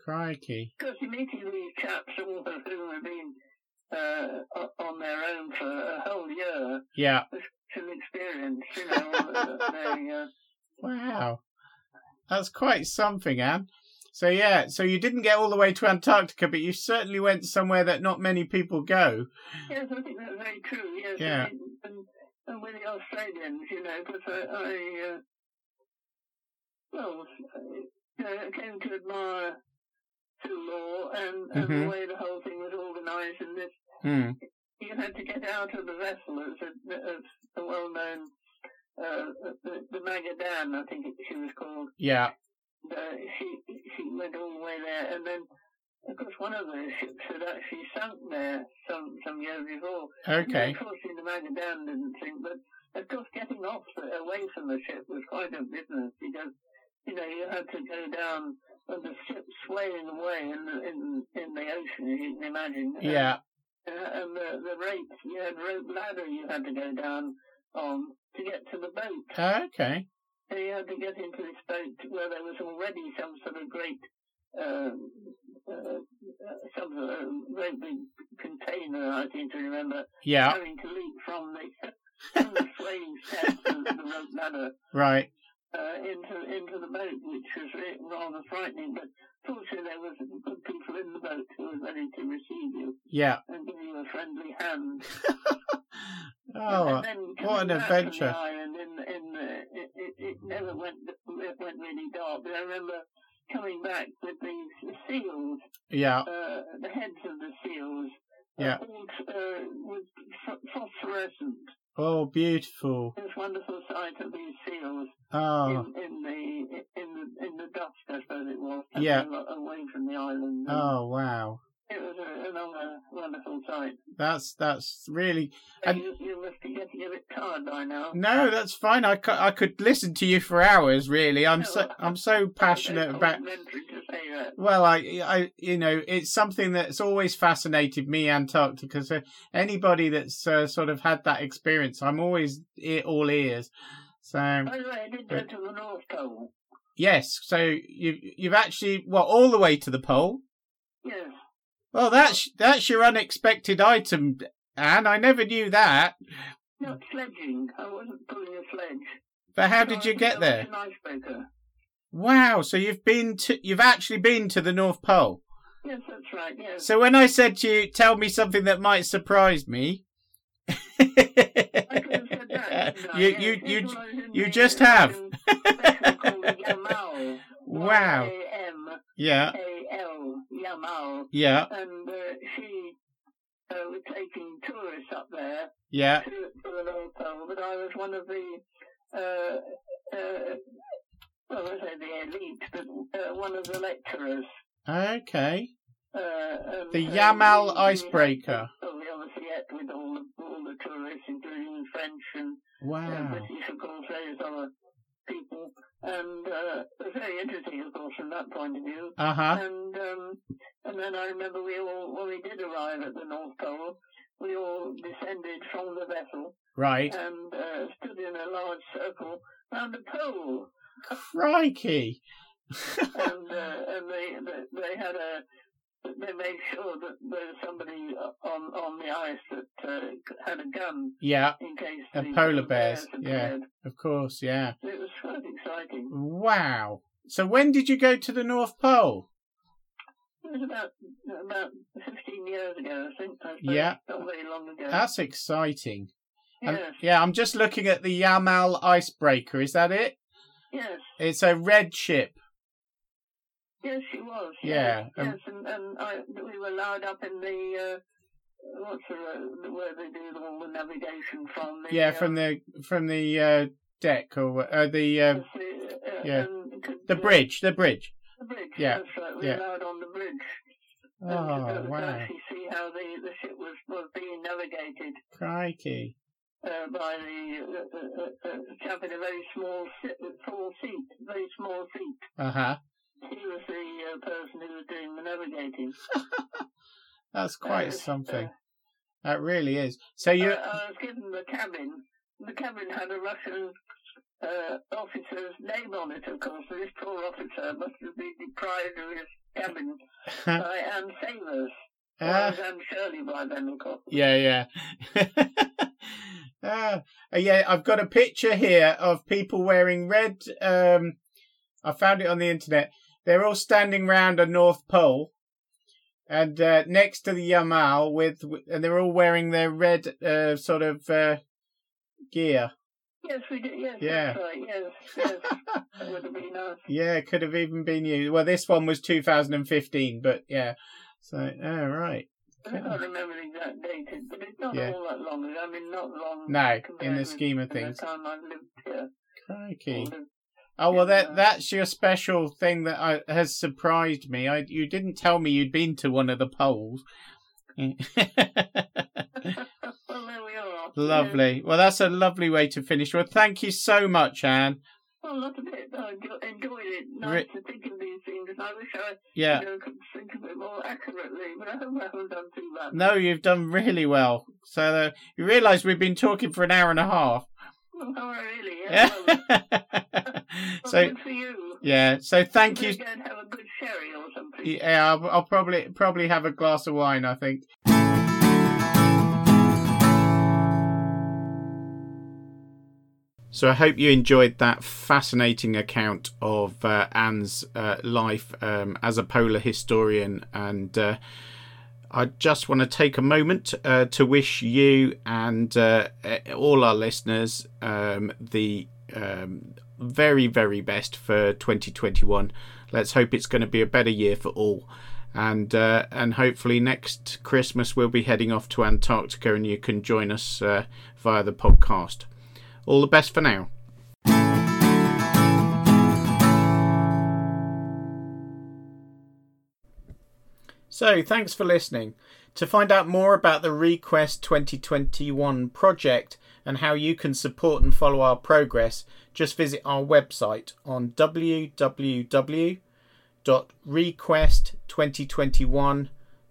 Speaker 1: Crikey.
Speaker 2: Because you're meeting these chaps, all of whom have been uh, o- on their own for a whole year,
Speaker 1: Yeah.
Speaker 2: some experience, you know. uh, they, uh,
Speaker 1: Wow. That's quite something, Anne. So yeah, so you didn't get all the way to Antarctica, but you certainly went somewhere that not many people go.
Speaker 2: yes, I think that's very true. Yes,
Speaker 1: Yeah.
Speaker 2: I mean, and, and with the Australians, you know, because I, I uh, well, you know, I came to admire Law and, and
Speaker 1: Mhm.
Speaker 2: the way the whole thing was organised and this
Speaker 1: Hmm.
Speaker 2: you had to get out of the vessel. It's a, it's a well-known, uh, the, the Magadan, I think it, she was called.
Speaker 1: Yeah.
Speaker 2: Uh, she she went all the way there, and then of course one of those ships had actually sunk there some some years before.
Speaker 1: Okay.
Speaker 2: Unfortunately, the Magadan didn't sink, but of course getting off the, away from the ship was quite a business because you know you had to go down and the ship swaying away in the, in in the ocean. As you can imagine. Uh,
Speaker 1: Yeah.
Speaker 2: uh, and the, the rope, you had rope ladder you had to go down on to get to the boat.
Speaker 1: Okay.
Speaker 2: So you had to get into this boat where there was already some sort of great, um, uh, uh, some sort of great big container, I seem to remember,
Speaker 1: Yeah.
Speaker 2: having to leap from the, from the swaying steps of the rope ladder
Speaker 1: Right.
Speaker 2: uh, into into the boat, which was re- rather frightening. But fortunately, there was good people in the boat who were ready to receive you
Speaker 1: Yeah.
Speaker 2: and give you a friendly hand.
Speaker 1: Oh.
Speaker 2: And then
Speaker 1: what an
Speaker 2: coming back from the
Speaker 1: adventure.
Speaker 2: island in, in the, it, it, it never went, it went really dark, but I remember coming back with these seals,
Speaker 1: Yeah.
Speaker 2: uh, the heads of the seals,
Speaker 1: Yeah.
Speaker 2: uh, all uh, with f- phosphorescent.
Speaker 1: Oh, beautiful.
Speaker 2: This wonderful sight of these seals
Speaker 1: Oh.
Speaker 2: in, in the in the in the dust, I suppose it was, coming
Speaker 1: Yeah.
Speaker 2: a- away from the island.
Speaker 1: Oh, wow.
Speaker 2: It was a, another wonderful sight.
Speaker 1: That's that's really And-
Speaker 2: you, you must be getting a bit tired by now.
Speaker 1: No, that's fine. I, cou- I could listen to you for hours. Really, I'm so I'm so passionate
Speaker 2: It's
Speaker 1: about.
Speaker 2: complimentary to say that.
Speaker 1: Well, I I you know it's something that's always fascinated me Antarctica. So anybody that's uh, sort of had that experience, I'm always ear, all ears. So
Speaker 2: By the way, I did go to the North Pole.
Speaker 1: yes, so you you've actually well all the way to the pole.
Speaker 2: Yes.
Speaker 1: Well, that's that's your unexpected item, Anne. I never knew that.
Speaker 2: Not sledging. I wasn't pulling a sledge.
Speaker 1: But how did
Speaker 2: So I
Speaker 1: you get
Speaker 2: went
Speaker 1: there?
Speaker 2: with An icebreaker.
Speaker 1: Wow! So you've been to you've actually been to the North Pole.
Speaker 2: Yes, that's right. Yes.
Speaker 1: So when I said to you, tell me something that might surprise me.
Speaker 2: I could have said that. couldn't I?
Speaker 1: you
Speaker 2: Yes,
Speaker 1: you
Speaker 2: it
Speaker 1: you
Speaker 2: was in
Speaker 1: you
Speaker 2: the
Speaker 1: just have.
Speaker 2: special called Yamal.
Speaker 1: wow
Speaker 2: Y-A-M-A-L,
Speaker 1: yeah
Speaker 2: Yamal.
Speaker 1: yeah
Speaker 2: And uh, she uh, was taking tourists up there
Speaker 1: yeah
Speaker 2: to, to the North Pole, but I was Uh, one of the, uh, uh, well, I say the elite, but uh, one of the lecturers.
Speaker 1: okay
Speaker 2: Uh, and
Speaker 1: The
Speaker 2: so
Speaker 1: Yamal
Speaker 2: we- we
Speaker 1: icebreaker.
Speaker 2: had- Well, we obviously ate with all the, all the tourists, including French and uh,
Speaker 1: wow
Speaker 2: British, of course, those other people. And uh, it was very interesting, of course, from that point of view.
Speaker 1: uh huh
Speaker 2: And um, and then I remember we all, when we did arrive at the North Pole, we all descended from the vessel
Speaker 1: right
Speaker 2: and uh, stood in a large circle round a pole.
Speaker 1: crikey
Speaker 2: and uh, and they, they they had a they made sure that there was somebody on on the ice that uh, had a gun
Speaker 1: yeah
Speaker 2: in case
Speaker 1: A
Speaker 2: the
Speaker 1: polar bears,
Speaker 2: had
Speaker 1: yeah.
Speaker 2: fled.
Speaker 1: of course yeah
Speaker 2: It was quite exciting.
Speaker 1: wow so when did you go to the North Pole
Speaker 2: It was about about fifteen years ago, I think. I suppose.
Speaker 1: Yeah.
Speaker 2: not very long ago.
Speaker 1: that's um, exciting I'm-
Speaker 2: yes,
Speaker 1: yeah I'm just looking at the Yamal icebreaker is that it
Speaker 2: yes,
Speaker 1: it's a red ship
Speaker 2: yes. She was.
Speaker 1: Yeah,
Speaker 2: Yes,
Speaker 1: um,
Speaker 2: yes, and and I, we were loud up in the. Uh, What's the uh, where they do all the navigation from? The,
Speaker 1: yeah
Speaker 2: uh,
Speaker 1: from the from the uh, deck or wha- uh, the uh,
Speaker 2: the, uh,
Speaker 1: yeah.
Speaker 2: and could-
Speaker 1: the
Speaker 2: uh,
Speaker 1: bridge the bridge
Speaker 2: The bridge.
Speaker 1: Yeah,
Speaker 2: That's right. We
Speaker 1: yeah.
Speaker 2: allowed on the bridge.
Speaker 1: Oh,
Speaker 2: and to, to
Speaker 1: wow.
Speaker 2: actually see how the, the ship was, was being navigated
Speaker 1: Crikey.
Speaker 2: uh, by the uh, uh, uh, uh, chap in a very small, si- small seat, very small seat,
Speaker 3: Uh-huh.
Speaker 1: Uh huh.
Speaker 2: he was the uh, person who was doing the navigating.
Speaker 3: That's
Speaker 2: Uh,
Speaker 3: quite something. That really is. So you,
Speaker 2: I, Uh, I was given the cabin. The cabin had a Russian uh, officer's name on it, of course. So this poor officer must have been deprived of his cabin
Speaker 3: Uh,
Speaker 2: by Anne Savers. Or
Speaker 3: Ah,
Speaker 2: Anne Shirley by then, of course.
Speaker 3: yeah, yeah. Ah, yeah, I've got a picture here of people wearing red. Um, I found it on the internet. They're all standing round a North Pole, and uh, next to the Yamal with, and they're all wearing their red uh, sort of uh, gear.
Speaker 2: Yes, we did. Yes,
Speaker 3: Yeah.
Speaker 2: that's right. Yes, yes. that would have been uh, us.
Speaker 3: Yeah, it could have even been you. Well, this one was 2015, but yeah. So, all right.
Speaker 2: I
Speaker 3: Okay.
Speaker 2: can't remember the exact date, it- but it's not
Speaker 3: Yeah.
Speaker 2: all that long. ago. I mean, not long.
Speaker 3: No, in
Speaker 2: compared
Speaker 3: the
Speaker 2: with
Speaker 3: scheme of
Speaker 2: the
Speaker 3: things.
Speaker 2: time I lived here.
Speaker 3: Crikey.
Speaker 2: Lived-
Speaker 3: Oh well, that that's your special thing that I, has surprised me. I you didn't tell me you'd been to one of the polls.
Speaker 2: Well, there we are. Yes.
Speaker 3: lovely. Well, that's a lovely way to finish. Well, thank you so much, Anne.
Speaker 2: Well, not a bit. I enjo- enjoyed it. Nice
Speaker 3: Re-
Speaker 2: to think of these things, and I wish I
Speaker 3: Yeah.
Speaker 2: you know, could think of it more accurately, but I hope I haven't done too much.
Speaker 3: No, you've done really well. So uh, you realise we've been talking for an hour and a half.
Speaker 2: Oh, really?
Speaker 3: Yeah.
Speaker 2: Yeah. well, well,
Speaker 3: so
Speaker 2: good for you.
Speaker 3: yeah. So thank
Speaker 2: We're
Speaker 3: you.
Speaker 2: going to have a good sherry or something.
Speaker 3: Yeah, I'll, I'll probably probably have a glass of wine. I think.
Speaker 1: So I hope you enjoyed that fascinating account of uh, Anne's uh, life um, as a polar historian, and uh, I just want to take a moment uh, to wish you and uh, eh, all our listeners um, the um, very, very best for 2021. Let's hope it's going to be a better year for all. And uh, and hopefully next Christmas we'll be heading off to Antarctica and you can join us uh, via the podcast. All the best for now. So, thanks for listening. To find out more about the Request 2021 project and how you can support and follow our progress, just visit our website on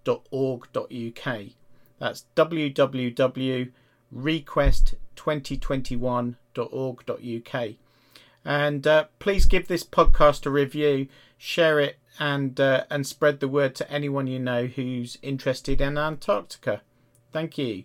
Speaker 1: www.request2021.org.uk. That's www.request2021.org.uk. And uh, please give this podcast a review, share it, and uh, and spread the word to anyone you know who's interested in Antarctica. Thank you.